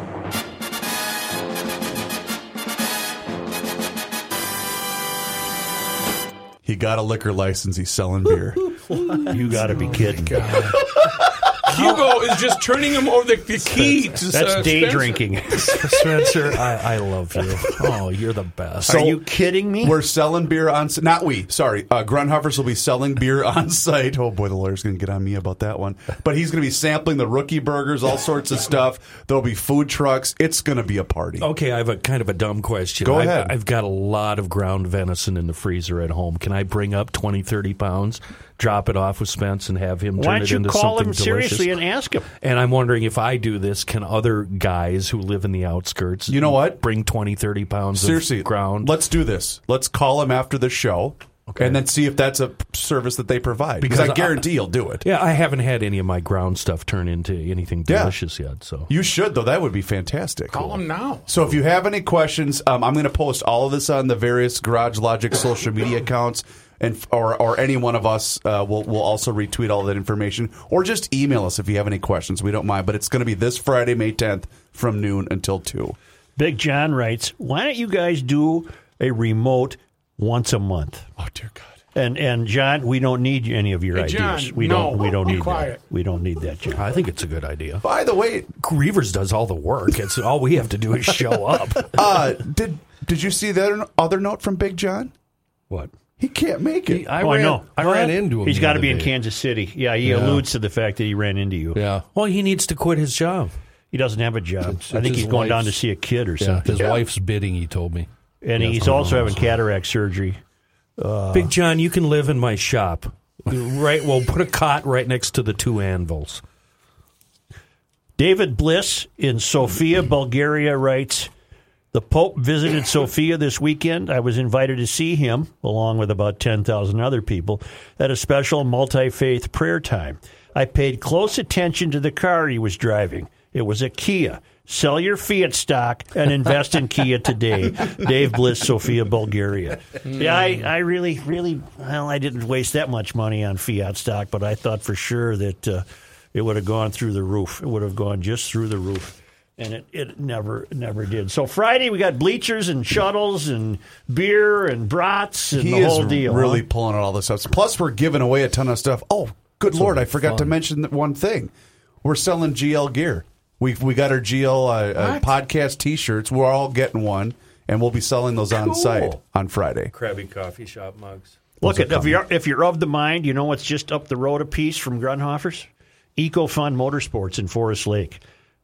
Speaker 4: He got a liquor license. He's selling beer. you got to be kidding.
Speaker 2: Hugo is just turning him over the, the key. To, uh,
Speaker 1: <laughs>
Speaker 2: Spencer.
Speaker 1: Spencer, I, I love you. Oh, you're the best.
Speaker 4: kidding me? We're selling beer on s- not we. Sorry, uh, Grunhoffers will be selling beer <laughs> on site. Oh boy, the lawyer's going to get on me about that one. But he's going to be sampling the rookie burgers, all sorts of stuff. There'll be food trucks. It's going to be a party.
Speaker 1: Okay, I have a kind of a dumb question.
Speaker 4: Go
Speaker 1: I've-
Speaker 4: ahead.
Speaker 1: I've got a lot of ground venison in the freezer at home. Can I bring up 20, 30 pounds, drop it off with Spence, and have him turn
Speaker 3: Why don't
Speaker 1: it
Speaker 3: you
Speaker 1: into
Speaker 3: call
Speaker 1: something
Speaker 3: him seriously
Speaker 1: delicious?
Speaker 3: and ask him?
Speaker 1: And I'm wondering if I do this, can other guys who live in the outskirts, you know what, bring 20, 30 pounds
Speaker 4: Seriously,
Speaker 1: of ground?
Speaker 4: Let's do this. Let's call him after the show, and then see if that's a p- service that they provide. Because, I guarantee you'll do it.
Speaker 1: Yeah, I haven't had any of my ground stuff turn into anything delicious yet. So
Speaker 4: You should though. That would be fantastic.
Speaker 2: Call him now.
Speaker 4: So if you have any questions, um, I'm going to post all of this on the various Garage Logic social media accounts, and or or any one of us uh, will will also retweet all that information, or just email us if you have any questions. We don't mind, but it's going to be this Friday, May 10th, from noon until two.
Speaker 3: Big John writes, "Why don't you guys do a remote once a month?"
Speaker 4: Oh dear God!
Speaker 3: And and John, we don't need any of your
Speaker 4: Hey, John,
Speaker 3: ideas. We
Speaker 4: no,
Speaker 3: don't. We don't
Speaker 4: be
Speaker 3: need
Speaker 4: quiet.
Speaker 3: that. We don't need that, John.
Speaker 1: I think it's a good idea.
Speaker 4: By the way,
Speaker 1: Reavers does all the work. It's all we have to do is show <laughs> up.
Speaker 4: Uh, did did you see that other note from Big John?
Speaker 1: What?
Speaker 4: He can't make it.
Speaker 3: oh, I know. He's
Speaker 1: the
Speaker 3: got to
Speaker 1: other
Speaker 3: be in
Speaker 1: day.
Speaker 3: Kansas City. Yeah, he
Speaker 1: Yeah.
Speaker 3: alludes to the fact that he ran into you.
Speaker 7: Yeah.
Speaker 1: Well, he needs to quit his job.
Speaker 3: He doesn't have a job.
Speaker 7: It's
Speaker 3: I think
Speaker 7: his
Speaker 3: he's going down to
Speaker 7: wife's-
Speaker 3: see a kid or
Speaker 7: yeah,
Speaker 3: something.
Speaker 7: His wife's bidding, he told me.
Speaker 3: and
Speaker 7: Yeah,
Speaker 3: he's
Speaker 7: something
Speaker 3: also having
Speaker 7: else.
Speaker 3: cataract surgery. Uh,
Speaker 1: Big John, you can live in my shop. Right, we'll put a cot right next to the two anvils.
Speaker 3: David Bliss in Sofia, Bulgaria writes The Pope visited Sofia this weekend. I was invited to see him, along with about 10,000 other people, at a special multi faith prayer time. I paid close attention to the car he was driving. It was a Kia. Sell your Fiat stock and invest in Kia today. Dave Bliss, Sofia, Bulgaria. Yeah, I, I really, really, well, I didn't waste that much money on Fiat stock, but I thought for sure that. Uh, it would have gone through the roof. It would have gone just through the roof. And it, it never never did. So Friday we got bleachers and shuttles and beer and brats and
Speaker 4: he
Speaker 3: the whole
Speaker 4: is
Speaker 3: deal.
Speaker 4: really
Speaker 3: huh?
Speaker 4: pulling out all this stuff. Plus, we're giving away a ton of stuff. Oh, good lord! I forgot to
Speaker 3: fun.
Speaker 4: mention that one thing. We're selling GL gear. We we got our GL uh, uh, podcast T-shirts. We're all getting one, and we'll be selling those on
Speaker 1: Cool.
Speaker 4: site on Friday.
Speaker 1: Crabby coffee shop mugs.
Speaker 3: Look at if you're if you're of the mind, you know what's just up the road a piece from Grunhofer's? EcoFun Motorsports in Forest Lake.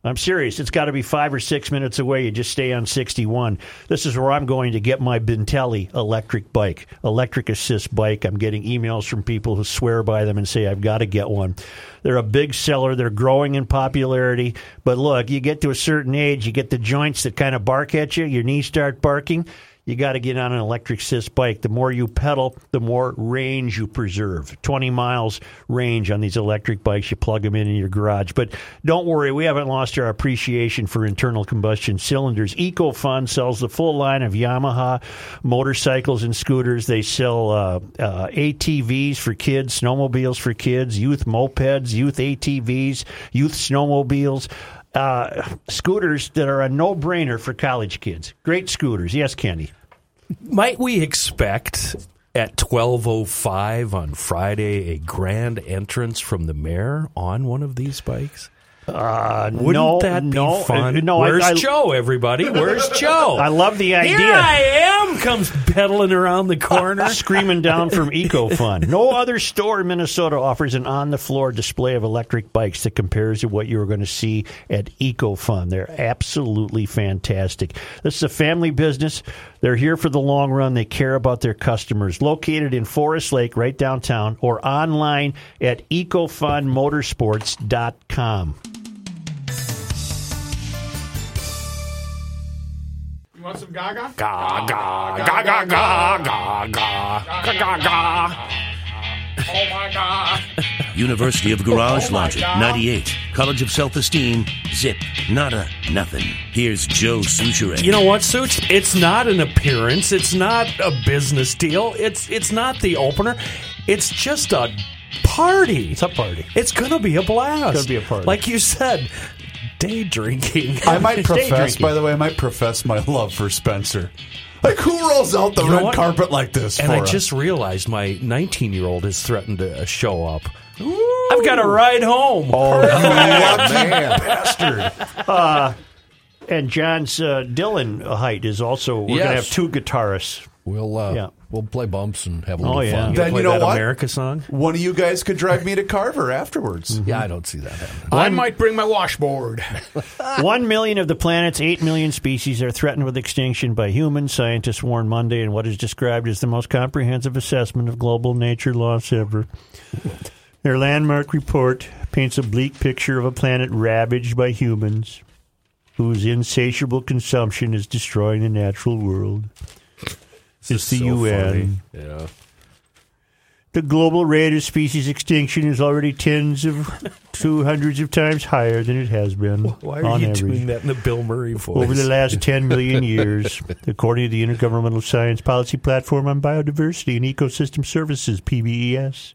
Speaker 3: I'm serious. It's got to be five or six minutes away. You just stay on 61. This is where I'm going to get my Bentelli electric bike, electric assist bike. I'm getting emails from people who swear by them and say, I've got to get one. They're a big seller. They're growing in popularity. But look, you get to a certain age, you get the joints that kind of bark at you, your knees start barking you got to get on an electric assist bike. The more you pedal, the more range you preserve. 20 miles range on these electric bikes. You plug them in in your garage. But don't worry, we haven't lost our appreciation for internal combustion cylinders. EcoFun sells the full line of Yamaha motorcycles and scooters. They sell uh, uh, ATVs for kids, snowmobiles for kids, youth mopeds, youth ATVs, youth snowmobiles uh, scooters that are a no-brainer for college kids. Great scooters, yes, Kenny.
Speaker 1: Might we expect at 12:05 on Friday a grand entrance from the mayor on one of these bikes?
Speaker 3: Uh,
Speaker 1: Wouldn't
Speaker 3: no,
Speaker 1: that be
Speaker 3: no,
Speaker 1: fun?
Speaker 3: uh, no, I-
Speaker 1: Where's
Speaker 3: I-
Speaker 1: Joe, everybody?
Speaker 3: <laughs>
Speaker 1: Where's Joe?
Speaker 3: I love the idea.
Speaker 1: Here I am, comes peddling around the
Speaker 3: <laughs>
Speaker 1: corner.
Speaker 3: <laughs> Screaming down from EcoFun. No other store in Minnesota offers an on the floor display of electric bikes that compares to what you are going to see at EcoFun. They're absolutely fantastic. This is a family business. They're here for the long run. They care about their customers. Located in Forest Lake, right downtown, or online at ecofunmotorsports.com.
Speaker 2: You want some Gaga?
Speaker 1: Ga, ga,
Speaker 2: ga, ga, ga,
Speaker 1: ga, ga,
Speaker 2: ga, ga, ga. Oh my God.
Speaker 5: University of Garage Logic, 98. College of Self Esteem, zip, nada, nothing. Here's Joe Souchere.
Speaker 1: You know what, Suits? It's not an appearance. It's not a business deal. It's it's not the opener. It's just a party. It's a party. It's gonna be a blast.
Speaker 4: It's gonna be a party.
Speaker 1: Like you said, day drinking.
Speaker 4: I might
Speaker 1: Day
Speaker 4: profess,
Speaker 1: drinking.
Speaker 4: by the way, I might profess my love for Spencer. Like, who rolls out the
Speaker 1: You know
Speaker 4: red
Speaker 1: what?
Speaker 4: carpet like this
Speaker 1: And
Speaker 4: for
Speaker 1: I
Speaker 4: us?
Speaker 1: just realized my 19 year old has threatened to uh, show up. I've got a ride home. Oh, <laughs>
Speaker 4: bastard.
Speaker 3: Uh, and John's uh, Dylan height is also. We're going to
Speaker 7: Yes.
Speaker 3: have two guitarists.
Speaker 7: We'll uh,
Speaker 3: yeah.
Speaker 7: we'll play bumps and have a
Speaker 3: Oh,
Speaker 7: little
Speaker 3: yeah.
Speaker 7: fun.
Speaker 3: Then
Speaker 7: play
Speaker 3: you know
Speaker 7: that
Speaker 3: what?
Speaker 1: America song.
Speaker 4: One of you guys could drive me to Carver afterwards.
Speaker 7: Yeah, I don't see that happening.
Speaker 2: I might bring my washboard.
Speaker 3: One million of the planet's eight million species are threatened with extinction by humans. Scientists warn Monday in what is described as the most comprehensive assessment of global nature loss ever. Their landmark report paints a bleak picture of a planet ravaged by humans, whose insatiable consumption is destroying the natural world. It's the UN.
Speaker 1: Yeah.
Speaker 3: The global rate of species extinction is already tens of to hundreds of times higher than it has been
Speaker 1: Why are
Speaker 3: on
Speaker 1: you
Speaker 3: average.
Speaker 1: doing that in the Bill Murray voice?
Speaker 3: Over the last 10 million years, according to the Intergovernmental Science Policy Platform on Biodiversity and Ecosystem Services, PBES,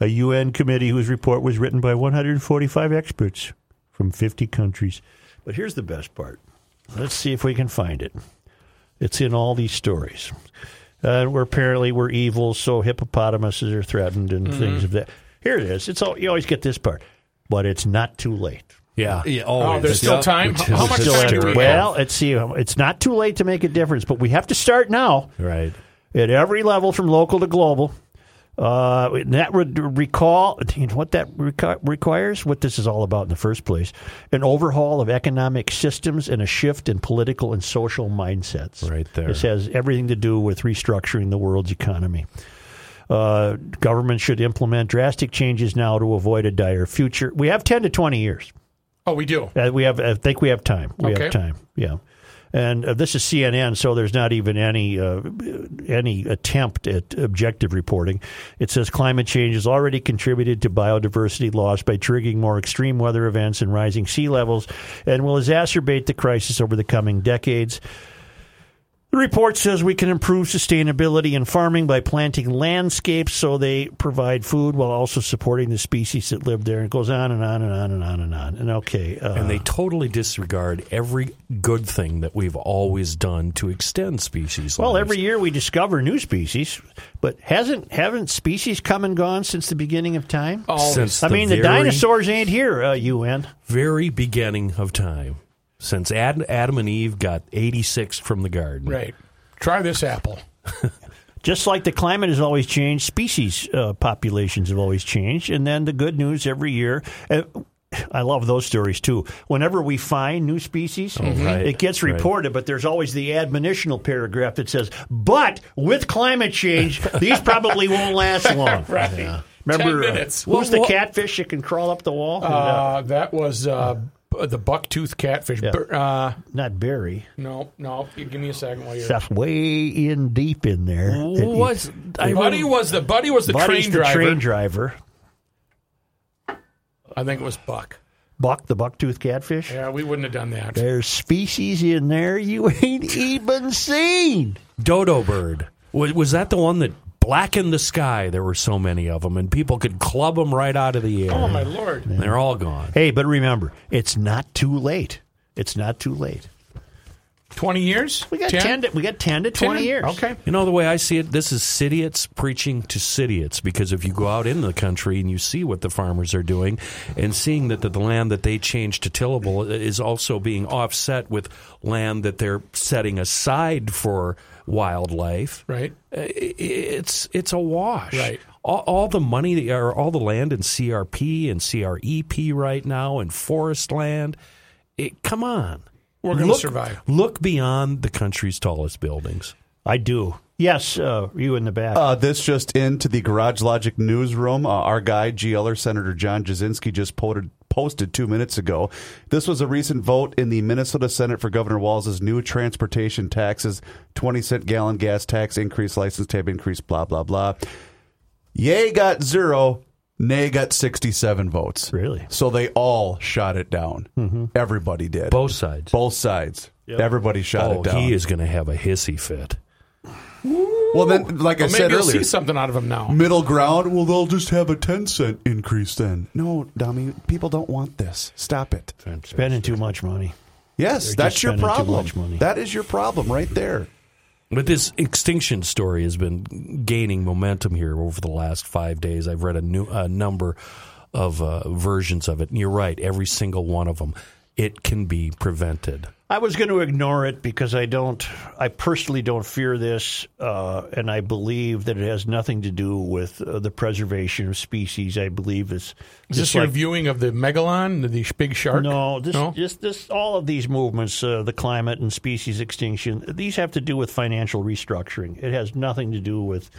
Speaker 3: a UN committee whose report was written by 145 experts from 50 countries. But here's the best part. Let's see if we can find it. It's in all these stories. Uh, we're apparently we're evil, so hippopotamuses are threatened and things of that. Here it is. It's all, you always get this part, but it's not too late.
Speaker 1: Yeah.
Speaker 7: yeah
Speaker 2: Oh, there's still time? How- how much
Speaker 3: Still
Speaker 2: time
Speaker 3: have
Speaker 2: do
Speaker 3: to-
Speaker 2: we
Speaker 3: well, let's see. It's not too late to make a difference, but we have to start now
Speaker 1: Right.
Speaker 3: at every level from local to global. Uh, and that would recall you know what that requ- requires, what this is all about in the first place an overhaul of economic systems and a shift in political and social mindsets.
Speaker 1: Right there.
Speaker 3: This has everything to do with restructuring the world's economy. Uh, government should implement drastic changes now to avoid a dire future. We have 10 to 20 years.
Speaker 2: Oh, we do.
Speaker 3: Uh, we have. I think we have time. We
Speaker 2: Okay.
Speaker 3: have time. Yeah. And uh, this is CNN, so there's not even any uh, any attempt at objective reporting. It says climate change has already contributed to biodiversity loss by triggering more extreme weather events and rising sea levels, and will exacerbate the crisis over the coming decades. The report says we can improve sustainability in farming by planting landscapes so they provide food while also supporting the species that live there. It goes on and on and on and on and on. And okay, uh,
Speaker 1: and they totally disregard every good thing that we've always done to extend species.
Speaker 3: Well,
Speaker 1: lives.
Speaker 3: every year we discover new species, but hasn't haven't species come and gone since the beginning of time?
Speaker 2: Oh,
Speaker 1: Since
Speaker 3: I mean, the
Speaker 1: very,
Speaker 3: dinosaurs ain't here, uh, UN.
Speaker 1: very beginning of time, since Ad, Adam and Eve got eighty six from the garden.
Speaker 2: Right. Try this apple.
Speaker 3: Just like the climate has always changed, species uh, populations have always changed. And then the good news every year. Uh, I love those stories too. Whenever we find new species,
Speaker 2: Oh,
Speaker 1: right,
Speaker 3: it gets
Speaker 1: right.
Speaker 3: reported, but there's always the admonitional paragraph that says, "But with
Speaker 2: <laughs>
Speaker 3: climate change, these probably won't last long."
Speaker 2: Right.
Speaker 3: Remember,
Speaker 2: Ten
Speaker 3: uh,
Speaker 2: minutes.
Speaker 3: who's the catfish that can crawl up the wall?
Speaker 2: Uh, that was uh, b- the bucktooth catfish.
Speaker 3: Yeah.
Speaker 2: Bur- Uh,
Speaker 3: Not Barry.
Speaker 2: no, no. you Give me a second while you're.
Speaker 3: Stuff way in deep in there. that you-
Speaker 1: Was I
Speaker 2: Buddy was the buddy was the
Speaker 3: Buddy's
Speaker 2: train
Speaker 3: the
Speaker 2: driver.
Speaker 3: train driver.
Speaker 2: I think it was Buck.
Speaker 3: Buck, the bucktooth catfish.
Speaker 2: Yeah, we wouldn't have done that.
Speaker 3: There's species in there you <laughs> ain't even seen.
Speaker 1: dodo bird? Was, was that the one that blackened the sky? There were so many of them, and people could club them right out of the air.
Speaker 2: Oh my lord!
Speaker 1: And They're all gone.
Speaker 3: Hey, but remember, it's not too late. It's not too late.
Speaker 2: Twenty years?
Speaker 3: We got
Speaker 2: 10?
Speaker 3: ten, to, we got ten to
Speaker 2: 10?
Speaker 3: twenty years.
Speaker 2: Okay.
Speaker 1: You know the way I see it, this is idiots preaching to idiots because if you go out into the country and you see what the farmers are doing and seeing that the land that they changed to tillable uh, is also being offset with land that they're setting aside for wildlife,
Speaker 2: Right.
Speaker 1: Uh, i- i- it's it's a wash.
Speaker 2: Right.
Speaker 1: All, all the money that- or all the land in CRP and CREP right now and forest land, it, come on.
Speaker 2: We're gonna
Speaker 1: Look-
Speaker 2: survive.
Speaker 1: Look beyond the country's tallest buildings.
Speaker 3: I do. Yes, uh, you in the back.
Speaker 4: Uh, this just into the Garage Logic newsroom. Uh, our guy, GLer Senator John Jasinski, just posted, posted two minutes ago. This was a recent vote in the Minnesota Senate for Governor Walz's new transportation taxes, 20 cent gallon gas tax increase, license tab increase, blah, blah, blah. Yay got zero, nay got 67 votes.
Speaker 3: Really?
Speaker 4: So they all shot it down. Everybody did.
Speaker 1: Both sides.
Speaker 4: Both sides.
Speaker 1: Yep.
Speaker 4: Everybody shot
Speaker 1: Oh,
Speaker 4: it down.
Speaker 1: he is going to have a hissy fit.
Speaker 4: Well, then, like I
Speaker 2: Well, maybe
Speaker 4: said
Speaker 2: you'll
Speaker 4: earlier,
Speaker 2: see something out of him now.
Speaker 4: Middle ground. Well, they'll just have a ten cent increase then. No, dummy. People don't want this. Stop it.
Speaker 3: Spending too much money.
Speaker 4: Yes,
Speaker 3: They're
Speaker 4: that's
Speaker 3: just
Speaker 4: your
Speaker 3: spending too
Speaker 4: problem.
Speaker 3: much money.
Speaker 4: That is your problem right there.
Speaker 1: But this extinction story has been gaining momentum here over the last five days. I've read a new a number of uh, versions of it, and you're right. Every single one of them, it can be prevented.
Speaker 3: I was going to ignore it because I don't, I personally don't fear this, uh, and I believe that it has nothing to do with uh, the preservation of species. I believe it's
Speaker 2: Is
Speaker 3: just
Speaker 2: this your viewing of the megalon, the, the sh- big shark?
Speaker 3: No, this, this, this, all of these movements, uh, the climate and species extinction, these have to do with financial restructuring. It has nothing to do with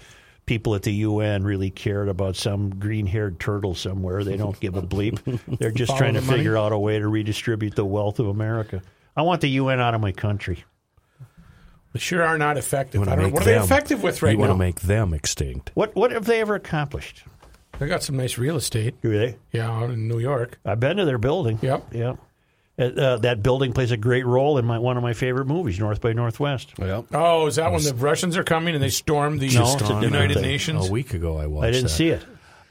Speaker 3: people at the UN really cared about some green-haired turtle somewhere. They don't give a <laughs> bleep. They're just
Speaker 7: Follow
Speaker 3: trying to
Speaker 7: the money.
Speaker 3: figure out a way to redistribute the wealth of America. I want the UN out of my country.
Speaker 2: They sure are not effective.
Speaker 1: You wanna
Speaker 2: I don't know.
Speaker 1: make
Speaker 2: What are they
Speaker 1: them-
Speaker 2: effective with right
Speaker 1: You want
Speaker 2: now?
Speaker 1: to make them extinct.
Speaker 3: What what have they ever accomplished?
Speaker 2: They got some nice real estate.
Speaker 3: Do they?
Speaker 2: Yeah, out in New York.
Speaker 3: I've been to their building.
Speaker 2: Yep.
Speaker 3: Yep. Uh, uh, that building plays a great role in my, one of my favorite movies, North by Northwest.
Speaker 7: Yep.
Speaker 2: Oh, is that when the Russians are coming and they storm the
Speaker 3: No, it's a different
Speaker 2: United
Speaker 3: thing.
Speaker 2: Nations?
Speaker 1: A week ago, I watched.
Speaker 3: I didn't
Speaker 1: that.
Speaker 3: see it.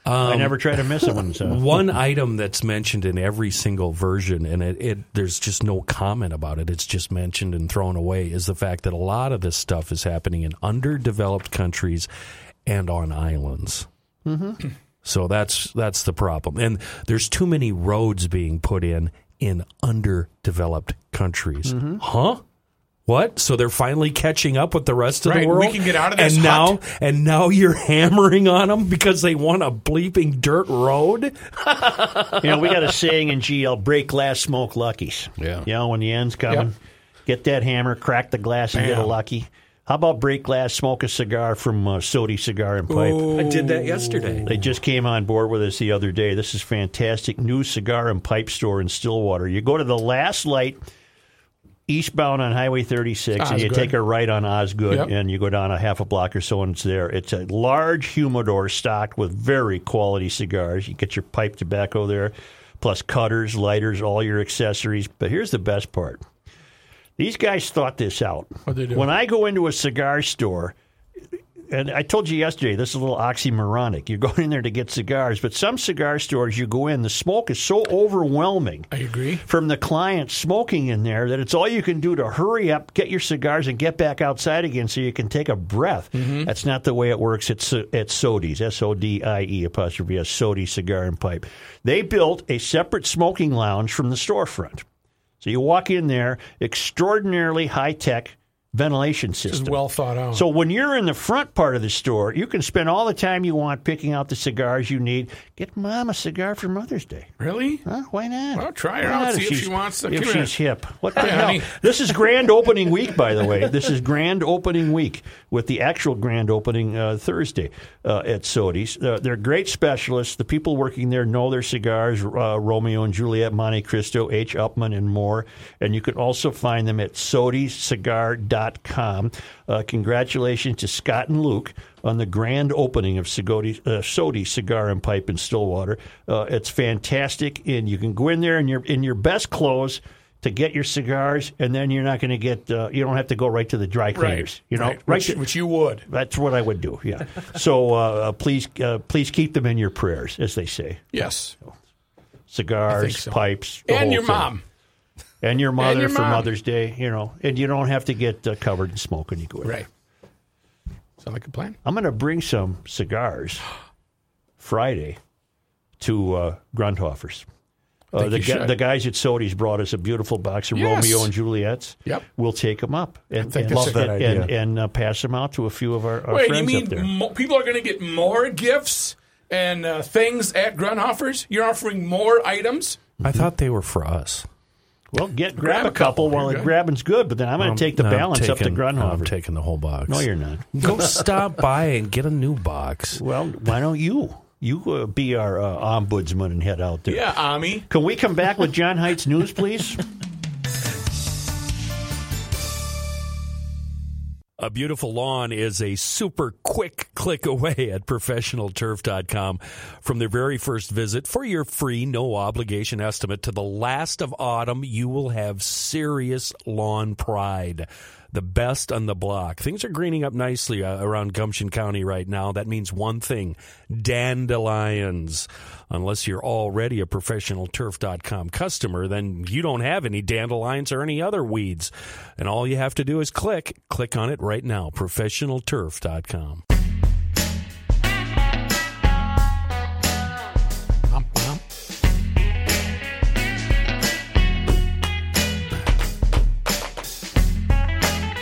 Speaker 3: I
Speaker 1: Um,
Speaker 3: never try to miss one. So.
Speaker 1: <laughs> One item that's mentioned in every single version, and it, it there's just no comment about it. It's just mentioned and thrown away. Is the fact that a lot of this stuff is happening in underdeveloped countries and on islands.
Speaker 3: Mm-hmm.
Speaker 1: So that's that's the problem. And there's too many roads being put in in underdeveloped countries.
Speaker 2: Mhm.
Speaker 1: Huh? What? So they're finally catching up with the rest of
Speaker 2: Right,
Speaker 1: the
Speaker 2: we
Speaker 1: world.
Speaker 2: can get out of this
Speaker 1: And now,
Speaker 2: hut.
Speaker 1: and now you're <laughs> hammering on them because they want a bleeping dirt road.
Speaker 3: you know, we got a saying in GL: "Break glass, smoke luckies." Yeah. You know, when the end's coming,
Speaker 1: Yep.
Speaker 3: get that hammer, crack the glass, and get a
Speaker 1: Bam.
Speaker 3: lucky. How about break glass, smoke a cigar from uh, Sody Cigar and Pipe?
Speaker 1: I did that yesterday.
Speaker 3: They just came on board with us the other day. This is fantastic. New cigar and pipe store in Stillwater. You go to the last light eastbound on Highway 36, and you
Speaker 7: Osgood.
Speaker 3: take a right on Osgood,
Speaker 7: Yep.
Speaker 3: and you go down a half a block or so, and it's there. It's a large humidor stocked with very quality cigars. You get your pipe tobacco there, plus cutters, lighters, all your accessories. But here's the best part. These guys thought this out.
Speaker 2: they do?
Speaker 3: When I go into a cigar store, and I told you yesterday, this is a little oxymoronic. You're going in there to get cigars, but some cigar stores you go in, the smoke is so overwhelming. I
Speaker 2: agree.
Speaker 3: From the client smoking in there that it's all you can do to hurry up, get your cigars, and get back outside again so you can take a breath. That's not the way it works at, So- at Sodi's, S O D I E apostrophe S, Sodi Cigar and Pipe. They built a separate smoking lounge from the storefront. So you walk in there, extraordinarily high tech ventilation
Speaker 2: This is
Speaker 3: system.
Speaker 2: well thought out.
Speaker 3: So when you're in the front part of the store, you can spend all the time you want picking out the cigars you need. Get mom a cigar for Mother's Day.
Speaker 2: Really?
Speaker 3: Huh? Why not?
Speaker 2: Well, try her
Speaker 3: Why
Speaker 2: out.
Speaker 3: not
Speaker 2: See if,
Speaker 3: she's-
Speaker 2: she wants to.
Speaker 3: If
Speaker 2: Come here.
Speaker 3: she's hip. What the
Speaker 2: Hey,
Speaker 3: hell?
Speaker 2: honey.
Speaker 3: This is grand opening week, by the way. This is grand opening week with the actual grand opening uh, Thursday uh, at Sodi's. Uh, they're great specialists. The people working there know their cigars uh, Romeo and Juliet, Monte Cristo, H. Upman, and more. And you can also find them at SodiCigar.com. Uh, congratulations to Scott and Luke on the grand opening of Sigodi, uh, Sodi Cigar and Pipe in Stillwater. Uh, it's fantastic, and you can go in there in your in your best clothes to get your cigars, and then you're not going to get uh, you don't have to go right to the dry cleaners. You know,
Speaker 2: right, which,
Speaker 3: to-
Speaker 2: which you would.
Speaker 3: that's what I would do. Yeah. so uh, please, uh, please keep them in your prayers, as they say.
Speaker 2: Yes. I think
Speaker 3: Cigars,
Speaker 2: so.
Speaker 3: pipes, the
Speaker 2: And
Speaker 3: whole
Speaker 2: your
Speaker 3: thing.
Speaker 2: mom.
Speaker 3: and your mother
Speaker 2: your
Speaker 3: for
Speaker 2: mom.
Speaker 3: Mother's Day. You know, and you don't have to get uh, covered in smoke when you go in.
Speaker 2: Right. Sound like a plan?
Speaker 3: I'm going to bring some cigars Friday to uh, Grundhoffers. Uh,
Speaker 2: think
Speaker 3: the,
Speaker 2: you
Speaker 3: gu-
Speaker 2: should.
Speaker 3: the guys at Sodi's brought us a beautiful box of
Speaker 2: Yes.
Speaker 3: Romeo and Juliet's.
Speaker 2: Yep.
Speaker 3: We'll take them up and,
Speaker 2: think
Speaker 3: and,
Speaker 2: that's a
Speaker 3: and,
Speaker 2: good idea.
Speaker 3: and, and, uh, pass them out to a few of our, our
Speaker 2: Wait, you
Speaker 3: friends up
Speaker 2: mean
Speaker 3: there.
Speaker 2: mo- people are going to get more gifts and uh, things at Grunhoffers? You're offering more items?
Speaker 1: I thought they were for us.
Speaker 3: Well, get grab, a couple, while the grabbing's good, but then I'm going to take the
Speaker 1: No, I'm
Speaker 3: balance up to
Speaker 1: taking- I'm
Speaker 3: Grunhofer.
Speaker 1: taking the whole box.
Speaker 3: No, you're not. <laughs>
Speaker 1: Go stop by and get a new box.
Speaker 3: Well, why don't you? You uh, be our uh, ombudsman and head out there.
Speaker 2: Yeah, Ami.
Speaker 3: Can we come back with John Heights news, please?
Speaker 1: A beautiful lawn is a super quick click away at professionalturf.com from their very first visit for your free no obligation estimate to the last of autumn you will have serious lawn pride the best on the block. Things are greening up nicely uh, around Gumption County right now. That means one thing dandelions. Unless you're already a professionalturf.com customer, then you don't have any dandelions or any other weeds. And all you have to do is click. Click on it right now professionalturf.com.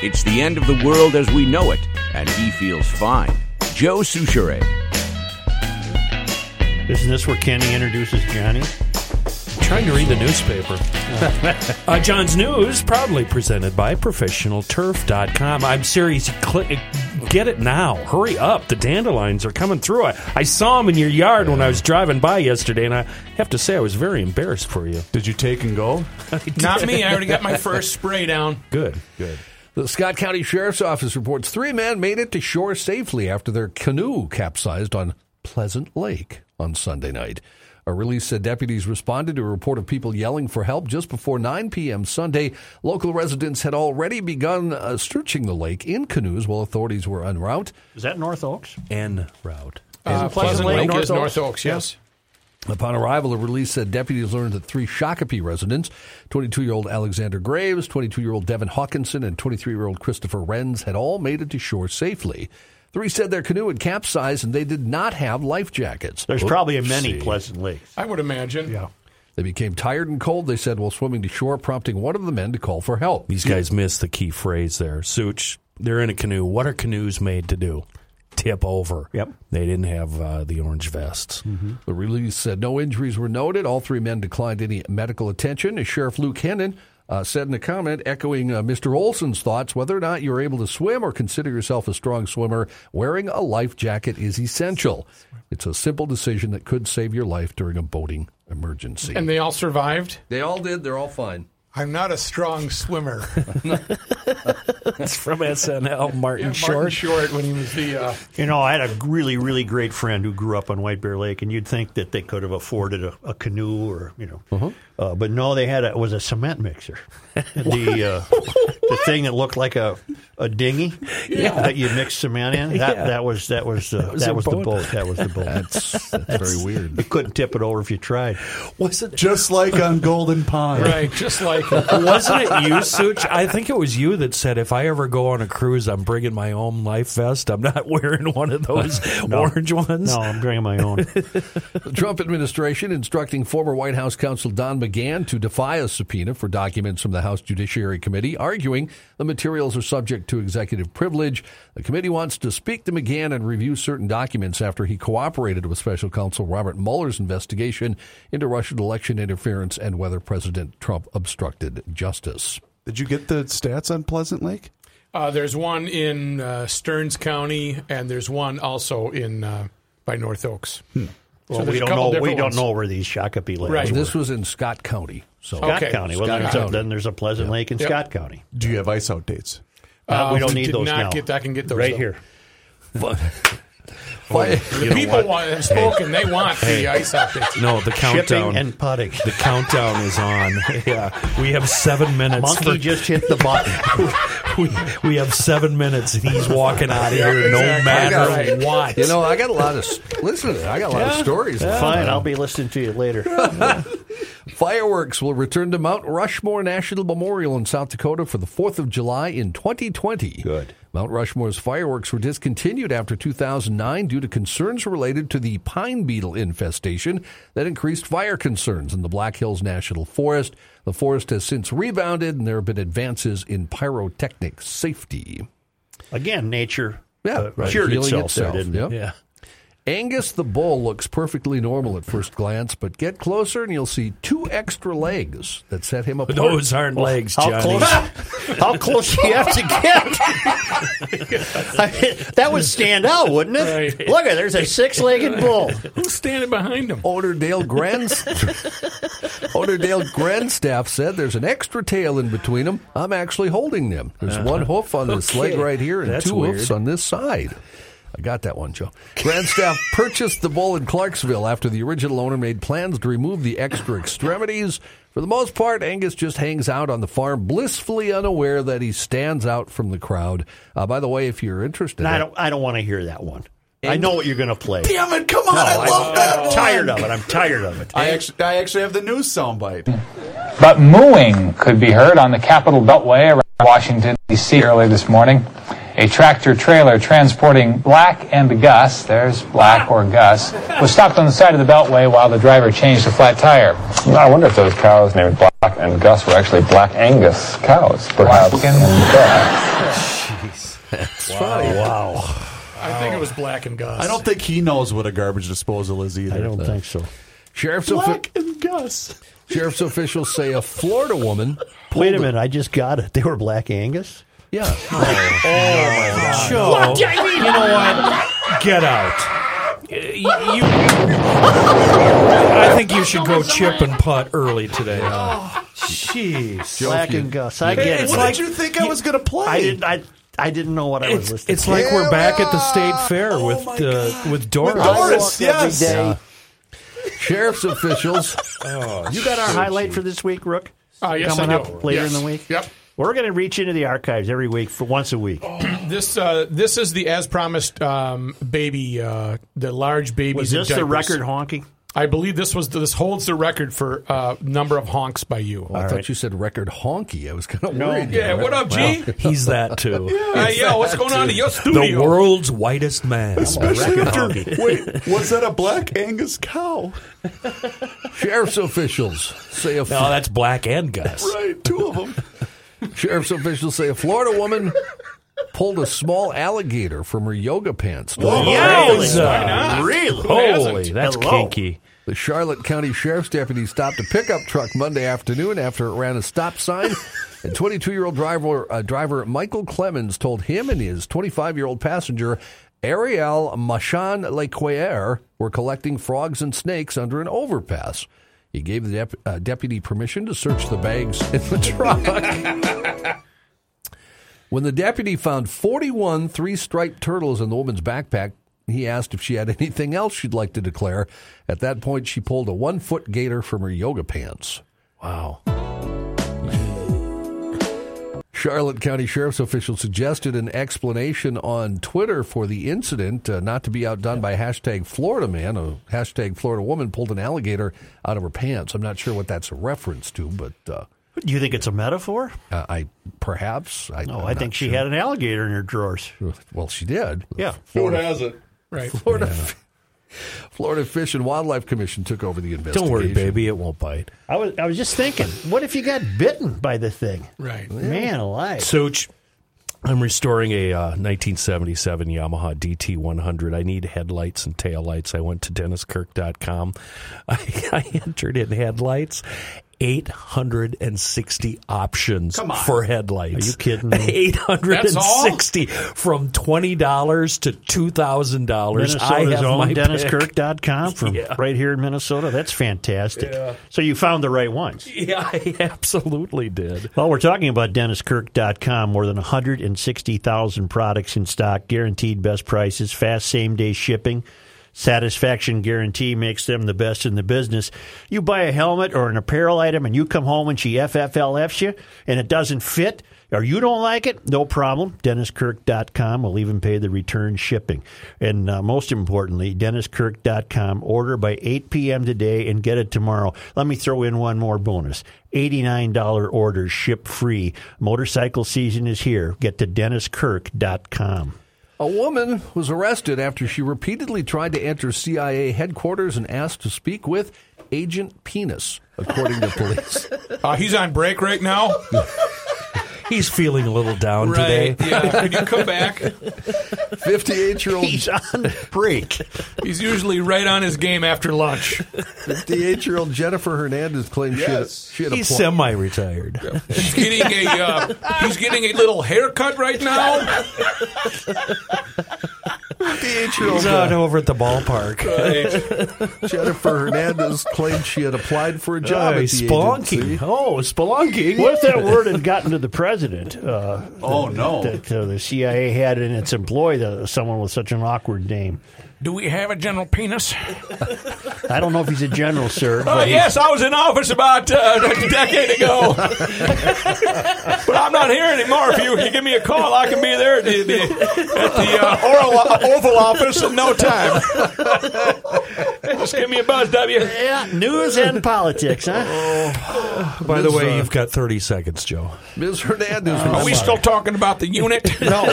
Speaker 10: It's the end of the world as we know it, and he feels fine. Joe Souchere.
Speaker 13: Isn't this where Kenny introduces Johnny?
Speaker 1: Trying to read the newspaper. <laughs> uh, John's News, proudly presented by ProfessionalTurf.com. I'm serious. Cli get it now. Hurry up. The dandelions are coming through. I, I saw them in your yard when I was driving by yesterday, and I have to say I was very embarrassed for you.
Speaker 4: Did you take and go?
Speaker 2: <laughs> Not me. I already got my first spray down.
Speaker 1: Good, good.
Speaker 7: The Scott County Sheriff's Office reports three men made it to shore safely after their canoe capsized on Pleasant Lake on Sunday night. A release said deputies responded to a report of people yelling for help just before 9 p.m. Sunday. Local residents had already begun uh, searching the lake in canoes while authorities were en route.
Speaker 13: Is that North Oaks?
Speaker 1: En route.
Speaker 2: Uh,
Speaker 7: Isn't
Speaker 2: Pleasant Lake is North Oaks, yes.
Speaker 7: Upon arrival, a release said deputies learned that three Shakopee residents, 22 year old Alexander Graves, 22 year old Devin Hawkinson, and 23 year old Christopher Renz had all made it to shore safely. Three said their canoe had capsized and they did not have life jackets.
Speaker 13: There's probably a many
Speaker 7: Oopsie.
Speaker 13: Pleasant Lakes.
Speaker 2: I would imagine. Yeah.
Speaker 7: They became tired and cold, they said, while swimming to shore, prompting one of the men to call for help.
Speaker 1: These guys missed the key phrase there. Such, they're in a canoe. What are canoes made to do? Tip over. Yep. They didn't have uh, the orange vests.
Speaker 7: The release said no injuries were noted. All three men declined any medical attention. As Sheriff Luke Hennon uh, said in a comment, echoing uh, Mr. Olson's thoughts, whether or not you're able to swim or consider yourself a strong swimmer, wearing a life jacket is essential. It's a simple decision that could save your life during a boating emergency.
Speaker 2: And they all survived?
Speaker 7: They all did. They're all fine.
Speaker 2: I'm not a strong <laughs> swimmer.
Speaker 1: <laughs> That's from SNL, Martin
Speaker 2: Yeah, Martin Short when he was the. Uh,
Speaker 13: You know, I had a really, really great friend who grew up on White Bear Lake, and you'd think that they could have afforded a, a canoe or, you know, uh, but no, they had a, it was a cement mixer. the uh, the thing that looked like a, a dinghy that you mixed cement in. That
Speaker 1: Yeah.
Speaker 13: that was that was uh, that was,
Speaker 1: was a
Speaker 13: the
Speaker 1: boat.
Speaker 13: boat. That was the boat.
Speaker 7: <laughs> That's, that's very weird.
Speaker 13: You couldn't tip it over if you tried.
Speaker 1: Wasn't
Speaker 4: Just like on Golden <laughs>
Speaker 1: <laughs>
Speaker 4: Pond.
Speaker 2: right, just like.
Speaker 1: Wasn't it you, Such? I think it was you that said, if I ever go on a cruise, I'm bringing my own life vest. I'm not <laughs> wearing one of those orange ones.
Speaker 13: No, I'm bringing my own.
Speaker 7: The Trump administration instructing former White House counsel Don McGahn to defy a subpoena for documents from the House Judiciary Committee, arguing the materials are subject to executive privilege. The committee wants to speak to McGahn and review certain documents after he cooperated with special counsel Robert Mueller's investigation into Russian election interference and whether President Trump obstructed justice.
Speaker 4: Did you get the stats on Pleasant Lake?
Speaker 2: Uh, there's one in uh, Stearns County, and there's one also in uh, by North Oaks.
Speaker 13: Hmm. Well,
Speaker 2: there's
Speaker 13: we
Speaker 2: a
Speaker 13: don't
Speaker 2: couple
Speaker 13: know. We
Speaker 2: different
Speaker 13: don't
Speaker 2: ones.
Speaker 13: know where these Shakopee lakes
Speaker 2: Right.
Speaker 13: were.
Speaker 7: This was in Scott County. So
Speaker 13: Scott
Speaker 2: Okay.
Speaker 13: County. Well,
Speaker 2: Scott
Speaker 13: there's
Speaker 2: County.
Speaker 13: A, then there's a Pleasant Lake in
Speaker 2: Yep.
Speaker 13: Scott County.
Speaker 4: Do you have ice out dates?
Speaker 13: Uh, we don't need
Speaker 2: did
Speaker 13: those
Speaker 2: not
Speaker 13: now.
Speaker 2: Get, I can get those
Speaker 13: right
Speaker 2: though.
Speaker 13: here.
Speaker 2: The people want, have spoken. They want the ice updates.
Speaker 1: No, the countdown.
Speaker 13: Shipping and putting.
Speaker 3: <laughs>
Speaker 1: the countdown is on. <laughs> Yeah, we have seven minutes.
Speaker 13: Monkey
Speaker 1: for-
Speaker 13: just hit the button.
Speaker 1: <laughs> we, we have seven minutes, and he's walking out of here no matter
Speaker 2: Right.
Speaker 1: what.
Speaker 7: <laughs> You know, I got a lot of listen. to that, I got a lot of stories.
Speaker 13: Fine, I'll be listening to you later.
Speaker 7: Fireworks will return to Mount Rushmore National Memorial in South Dakota for the 4th of July in 2020. Good. Mount Rushmore's fireworks were discontinued after 2009 due to concerns related to the pine beetle infestation that increased fire concerns in the Black Hills National Forest. The forest has since rebounded and there have been advances in pyrotechnic safety.
Speaker 13: Again, nature
Speaker 7: Yeah,
Speaker 13: uh,
Speaker 7: right.
Speaker 13: cured
Speaker 7: Healing
Speaker 3: uh,
Speaker 13: itself, there,
Speaker 7: itself,
Speaker 13: didn't it?
Speaker 7: yep.
Speaker 1: yeah.
Speaker 7: Angus the bull looks perfectly normal at first glance, but get closer and you'll see two extra legs that
Speaker 13: <laughs>
Speaker 7: set him apart.
Speaker 1: Those aren't legs,
Speaker 7: How
Speaker 1: Johnny.
Speaker 7: close,
Speaker 3: how close <laughs> do you have to get? <laughs> I mean, that would stand out, wouldn't it? Look at there's a six-legged bull.
Speaker 2: Who's standing behind him?
Speaker 7: Oderdale Grand Oderdale Grandstaff said there's an extra tail in between them. I'm actually holding them. There's one hoof on this
Speaker 1: Okay.
Speaker 7: leg right here and
Speaker 1: That's
Speaker 7: two
Speaker 1: weird.
Speaker 7: hoofs on this side. I got that one, Joe. Grandstaff purchased the bull in Clarksville after the original owner made plans to remove the extra extremities. For the most part, Angus just hangs out on the farm, blissfully unaware that he stands out from the crowd. Uh, by the way, if you're interested,
Speaker 3: I don't. I don't want to hear that one. I know what you're going to play.
Speaker 4: Damn it, come on, I love
Speaker 3: am
Speaker 4: that one.
Speaker 3: Tired of it. I'm tired of it.
Speaker 4: I actually, I actually have the news
Speaker 3: <laughs>
Speaker 4: soundbite.
Speaker 5: But mooing could be heard on the Capitol Beltway around Washington, D.C. early this morning. A tractor trailer transporting Black and Gus, there's Black or Gus, was stopped on the side of the Beltway while the driver changed a flat tire.
Speaker 15: I wonder if those cows named Black and Gus were actually Black Angus cows, perhaps.
Speaker 5: Black and
Speaker 4: That's
Speaker 7: wow.
Speaker 4: funny.
Speaker 3: Wow.
Speaker 2: I think it was Black and Gus.
Speaker 4: I don't think he knows what a garbage disposal is either. I don't think
Speaker 3: so.
Speaker 7: Sheriff's
Speaker 4: Black and Gus.
Speaker 7: Sheriff's officials say a Florida woman.
Speaker 3: Wait a minute. I just got it. They were Black Angus.
Speaker 7: Yeah. uh,
Speaker 1: Joe,
Speaker 3: What do
Speaker 1: you know what? Get out. Y- You, I think you should go chip and putt early today.
Speaker 3: Jeez,
Speaker 1: Joe,
Speaker 3: Black
Speaker 1: you-
Speaker 3: and Gus. I
Speaker 1: Hey,
Speaker 3: get
Speaker 1: it's
Speaker 3: it.
Speaker 1: What like- did
Speaker 4: you think I was going to play?
Speaker 3: I didn't. I, I didn't know what I was
Speaker 1: It's,
Speaker 3: listening.
Speaker 1: it's
Speaker 3: to.
Speaker 1: like we're back at the state fair with uh, with Doris.
Speaker 3: Doris, yes. Yeah.
Speaker 7: Sheriff's officials.
Speaker 3: You got our highlight for this week, Rook?
Speaker 2: Uh, yes,
Speaker 3: Coming
Speaker 2: I do.
Speaker 3: up later
Speaker 2: Yes.
Speaker 3: in the week.
Speaker 2: Yep.
Speaker 3: We're going to reach into the archives every week for once a week.
Speaker 2: This uh, this is the as promised um, baby, uh, the large babies.
Speaker 3: Was
Speaker 2: in
Speaker 3: this the
Speaker 2: diapers.
Speaker 3: record honking?
Speaker 2: I believe this was this holds the record for uh, number of honks by you.
Speaker 7: I thought you said record honky. I was kind of
Speaker 2: No.
Speaker 7: worried.
Speaker 2: Yeah,
Speaker 7: there.
Speaker 2: what up, G?
Speaker 1: He's that too.
Speaker 2: Yeah,
Speaker 1: He's
Speaker 2: yeah, what's
Speaker 1: that,
Speaker 2: going on
Speaker 1: too.
Speaker 2: in your studio?
Speaker 1: The world's whitest man.
Speaker 4: Especially after.
Speaker 1: Honky.
Speaker 4: Wait, was that a Black Angus cow?
Speaker 7: Sheriff's officials say a.
Speaker 1: No, Oh, that's Black and Gus.
Speaker 4: Right, two of them.
Speaker 7: Sheriff's officials say a Florida woman pulled a small alligator from her yoga pants.
Speaker 1: Whoa,
Speaker 3: Yowza. Why not? Really? Who hasn't?
Speaker 7: Holy, that's
Speaker 3: Hello.
Speaker 7: kinky. The Charlotte County Sheriff's deputy stopped a pickup truck Monday afternoon after it ran a stop sign. And 22-year-old driver uh, driver Michael Clemens told him and his 25-year-old passenger Ariel Machan Lequer were collecting frogs and snakes under an overpass. He gave the dep- uh, deputy permission to search the bags in the <laughs> truck. when the deputy found 41 three striped turtles in the woman's backpack, he asked if she had anything else she'd like to declare. At that point, she pulled a one foot gator from her yoga pants. Wow. Charlotte County Sheriff's officials suggested an explanation on Twitter for the incident, uh, not to be outdone by hashtag Florida man. A hashtag Florida woman pulled an alligator out of her pants. I'm not sure what that's a reference to, but uh,
Speaker 3: Do you think it's a metaphor?
Speaker 7: uh, I perhaps I.
Speaker 3: No,
Speaker 7: I'm
Speaker 3: I think
Speaker 7: not
Speaker 3: she
Speaker 7: sure.
Speaker 3: had an alligator in her drawers.
Speaker 7: Well, she did.
Speaker 3: Yeah.
Speaker 7: Florida
Speaker 4: it?
Speaker 2: Right.
Speaker 7: Florida, Florida Fish and Wildlife Commission took over the investigation.
Speaker 1: Don't worry, baby, it won't bite.
Speaker 3: I was I was just thinking, what if you got bitten by the thing?
Speaker 2: Right.
Speaker 3: Man alive.
Speaker 1: Such, I'm restoring a uh, 1977 Yamaha DT100. I need headlights and taillights. I went to DennisKirk.com. <laughs> I, I entered in headlights. 860 options
Speaker 3: Come on.
Speaker 1: for headlights.
Speaker 3: Are you kidding me?
Speaker 1: 860 from $20 to $2,000. I
Speaker 3: Minnesota's
Speaker 1: have
Speaker 3: own
Speaker 1: my pick. <laughs>
Speaker 3: DennisKirk.com from
Speaker 1: Yeah.
Speaker 3: right here in Minnesota. That's fantastic.
Speaker 1: Yeah.
Speaker 3: So you found the right ones.
Speaker 1: Yeah, I absolutely did.
Speaker 3: Well, we're talking about DennisKirk.com. More than 160,000 products in stock, guaranteed best prices, fast same day shipping. Satisfaction guarantee makes them the best in the business. You buy a helmet or an apparel item and you come home and she FFLFs you and it doesn't fit or you don't like it, no problem. DennisKirk.com will even pay the return shipping. And uh, most importantly, DennisKirk.com. Order by 8 p.m. today and get it tomorrow. Let me throw in one more bonus $89 orders ship free. Motorcycle season is here. Get to DennisKirk.com.
Speaker 7: A woman was arrested after she repeatedly tried to enter CIA headquarters and asked to speak with
Speaker 1: <laughs>
Speaker 7: Agent Penis, according to police.
Speaker 13: <laughs>
Speaker 2: Uh, he's on break right now.
Speaker 1: He's feeling a little down
Speaker 2: Right,
Speaker 1: today.
Speaker 2: <laughs> yeah. Could you come back?
Speaker 1: 58 year old.
Speaker 2: on break. He's usually right on his game after lunch.
Speaker 7: 58 year old Jennifer Hernandez claims she had a, she had a
Speaker 1: He's
Speaker 7: pl-
Speaker 1: semi retired.
Speaker 2: He's getting a uh, he's getting a little haircut right now.
Speaker 1: He's out over at the <laughs> ballpark.
Speaker 7: Jennifer Hernandez claimed she had applied for a
Speaker 3: Aye,
Speaker 7: job at the
Speaker 3: spelunking.
Speaker 7: agency.
Speaker 1: Oh, spelunking.
Speaker 3: What if that word had gotten to the <laughs> president? <laughs> Uh,
Speaker 4: Oh,
Speaker 3: that-
Speaker 4: no.
Speaker 3: That uh, the CIA had in its employ the, someone with such an awkward name.
Speaker 2: Do we have a general penis?
Speaker 3: I don't know if he's a general, sir.
Speaker 2: Oh
Speaker 3: but he-
Speaker 2: yes, I was in office about uh, a decade <laughs> ago, but I'm not here anymore. If you, you give me a call, I can be there at the, the- at the uh, oral, Oval Office in no time. Just give me a buzz, W.
Speaker 3: Yeah, news and politics, huh?
Speaker 1: By the
Speaker 7: Ms.
Speaker 1: way,
Speaker 7: uh,
Speaker 1: you've got 30 seconds, Joe.
Speaker 7: Ms. Hernandez
Speaker 1: Oh,
Speaker 2: Are we
Speaker 7: was
Speaker 2: still talking about the unit? <laughs> No.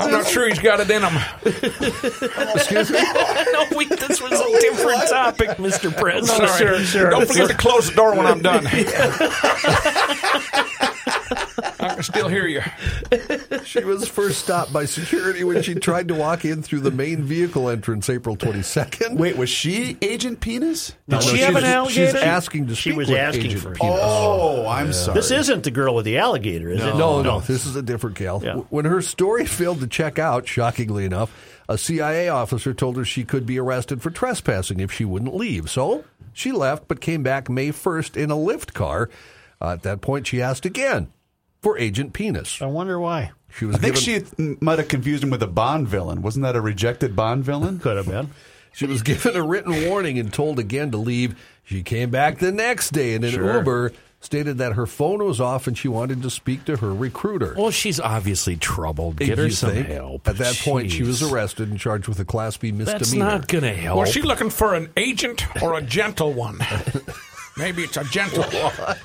Speaker 2: I'm not sure he's got it in him.
Speaker 7: Excuse me?
Speaker 2: no, we, this was a different topic, Mr.
Speaker 1: <laughs> President.
Speaker 2: Sorry.
Speaker 1: Sir, sir.
Speaker 2: Don't forget to close the door when I'm done. I can still hear you.
Speaker 7: She was first stopped by security when she tried to walk in through the main vehicle entrance April 22nd.
Speaker 4: Wait, was she Agent Penis?
Speaker 7: No, no, she's- She's asking to
Speaker 3: She
Speaker 7: speak
Speaker 3: was
Speaker 7: with
Speaker 3: asking
Speaker 7: Agent
Speaker 3: for a
Speaker 7: Penis.
Speaker 3: penis.
Speaker 4: Oh, I'm sorry.
Speaker 3: This isn't the girl with the alligator, is
Speaker 7: No,
Speaker 3: it?
Speaker 7: no, This is a different gal. W- When her story failed to check out, shockingly enough, a CIA officer told her she could be arrested for trespassing if she wouldn't leave. So she left, but came back May 1st in a Lyft car. Uh, at that point, she asked again for Agent Penis.
Speaker 3: I wonder why.
Speaker 7: She was
Speaker 4: I think
Speaker 7: given-
Speaker 4: she th- might have confused him with a Bond villain. Wasn't that a rejected Bond villain?
Speaker 3: Could have been.
Speaker 7: She was given a written warning and told again to leave. She came back the next day in an
Speaker 1: Sure.
Speaker 7: Uber, stated that her phone was off and she wanted to speak to her recruiter.
Speaker 1: Well, she's obviously troubled. Get her
Speaker 7: You
Speaker 1: some
Speaker 7: think?
Speaker 1: help.
Speaker 7: At that point, she
Speaker 1: Jeez.
Speaker 7: was arrested and charged with a Class B misdemeanor.
Speaker 1: That's not going to help.
Speaker 2: Was she looking for an agent or a gentle one? Maybe it's a gentle one.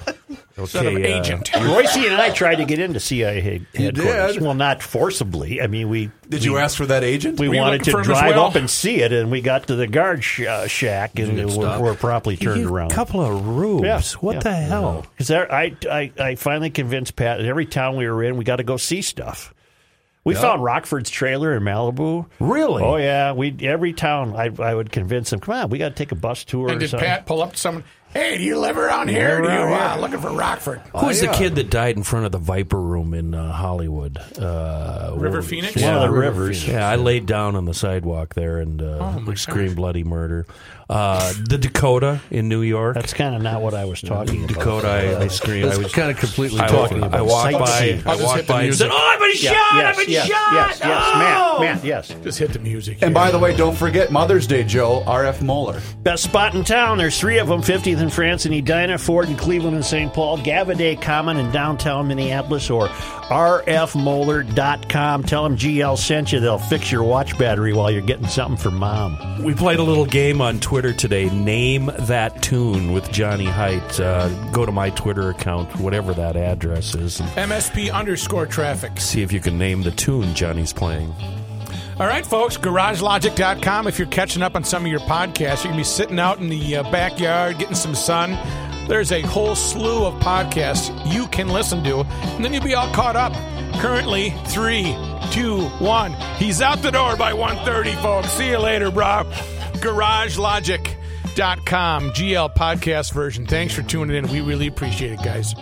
Speaker 2: Instead of
Speaker 3: Okay, uh,
Speaker 2: agent.
Speaker 3: Royce and I tried to get into CIA head- headquarters.
Speaker 4: did?
Speaker 3: Well, not forcibly. I mean, we
Speaker 4: Did
Speaker 3: we-
Speaker 4: you ask for that agent?
Speaker 3: We
Speaker 4: Were you
Speaker 3: wanted to
Speaker 4: looking for him as
Speaker 3: drive
Speaker 4: well?
Speaker 3: up and see it, and we got to the guard sh- uh, shack, and
Speaker 1: get
Speaker 3: we were,
Speaker 1: stopped?
Speaker 3: were promptly turned
Speaker 1: You
Speaker 3: around.
Speaker 1: couple of rubes. What the hell?
Speaker 3: Because I, I, I finally convinced Pat that every town we were in, we got to go see stuff. We
Speaker 1: Yeah.
Speaker 3: found Rockford's trailer in Malibu.
Speaker 1: Really?
Speaker 3: Oh yeah. We every town I, I would convince them. Come on, we got to take a bus tour.
Speaker 2: And
Speaker 3: or
Speaker 2: did
Speaker 3: something.
Speaker 2: Pat pull up to someone? Hey, do you live around here? Do you uh, looking for Rockford?
Speaker 1: Who was
Speaker 2: Oh,
Speaker 1: the
Speaker 2: yeah.
Speaker 1: kid that died in front of the Viper Room in uh, Hollywood? Uh,
Speaker 2: River
Speaker 1: what-
Speaker 2: Phoenix?
Speaker 1: Yeah,
Speaker 2: One of the
Speaker 1: River
Speaker 2: rivers.
Speaker 1: Phoenix. Yeah, I laid down on the sidewalk there and uh,
Speaker 2: Oh, my
Speaker 1: screamed bloody murder. Uh, the Dakota in New York.
Speaker 3: That's kind of not what I was talking about.
Speaker 1: Dakota, I, I screamed.
Speaker 3: That's
Speaker 1: I was
Speaker 3: kinda completely
Speaker 1: I
Speaker 3: talking
Speaker 1: walked- I
Speaker 3: about
Speaker 1: walked by.
Speaker 3: sightseeing.
Speaker 1: I
Speaker 3: I'll just hit
Speaker 1: walked
Speaker 3: the
Speaker 1: by and said,
Speaker 3: music.
Speaker 1: "Oh, I've been
Speaker 3: Yeah,
Speaker 1: shot!
Speaker 3: yes,
Speaker 1: I've been
Speaker 3: yes,
Speaker 1: shot!"
Speaker 3: yes, yes,
Speaker 1: Oh!
Speaker 3: Matt, Matt, yes.
Speaker 2: Just hit the music.
Speaker 4: And by the way, don't forget Mother's Day, Joe. R.F. Moeller.
Speaker 3: Best spot in town. There's three of them 50th in France and Edina, Ford in Cleveland and St. Paul, Gavaday Common in downtown Minneapolis, or rfmoeller.com. Tell them GL sent you. They'll fix your watch battery while you're getting something for mom.
Speaker 1: We played a little game on Twitter today. Name that tune with Johnny Height. Uh, go to my Twitter account, whatever that address is, and
Speaker 2: MSP underscore traffic.
Speaker 1: see if you can name the tune Johnny's playing.
Speaker 2: All right, folks, garagelogic.com. If you're catching up on some of your podcasts, you can be sitting out in the uh, backyard getting some sun. There's a whole slew of podcasts you can listen to, and then you'll be all caught up. Currently, three, two, one. He's out the door by 1.30, folks. See you later, bro. GarageLogic.com, GL podcast version. Thanks for tuning in. We really appreciate it, guys.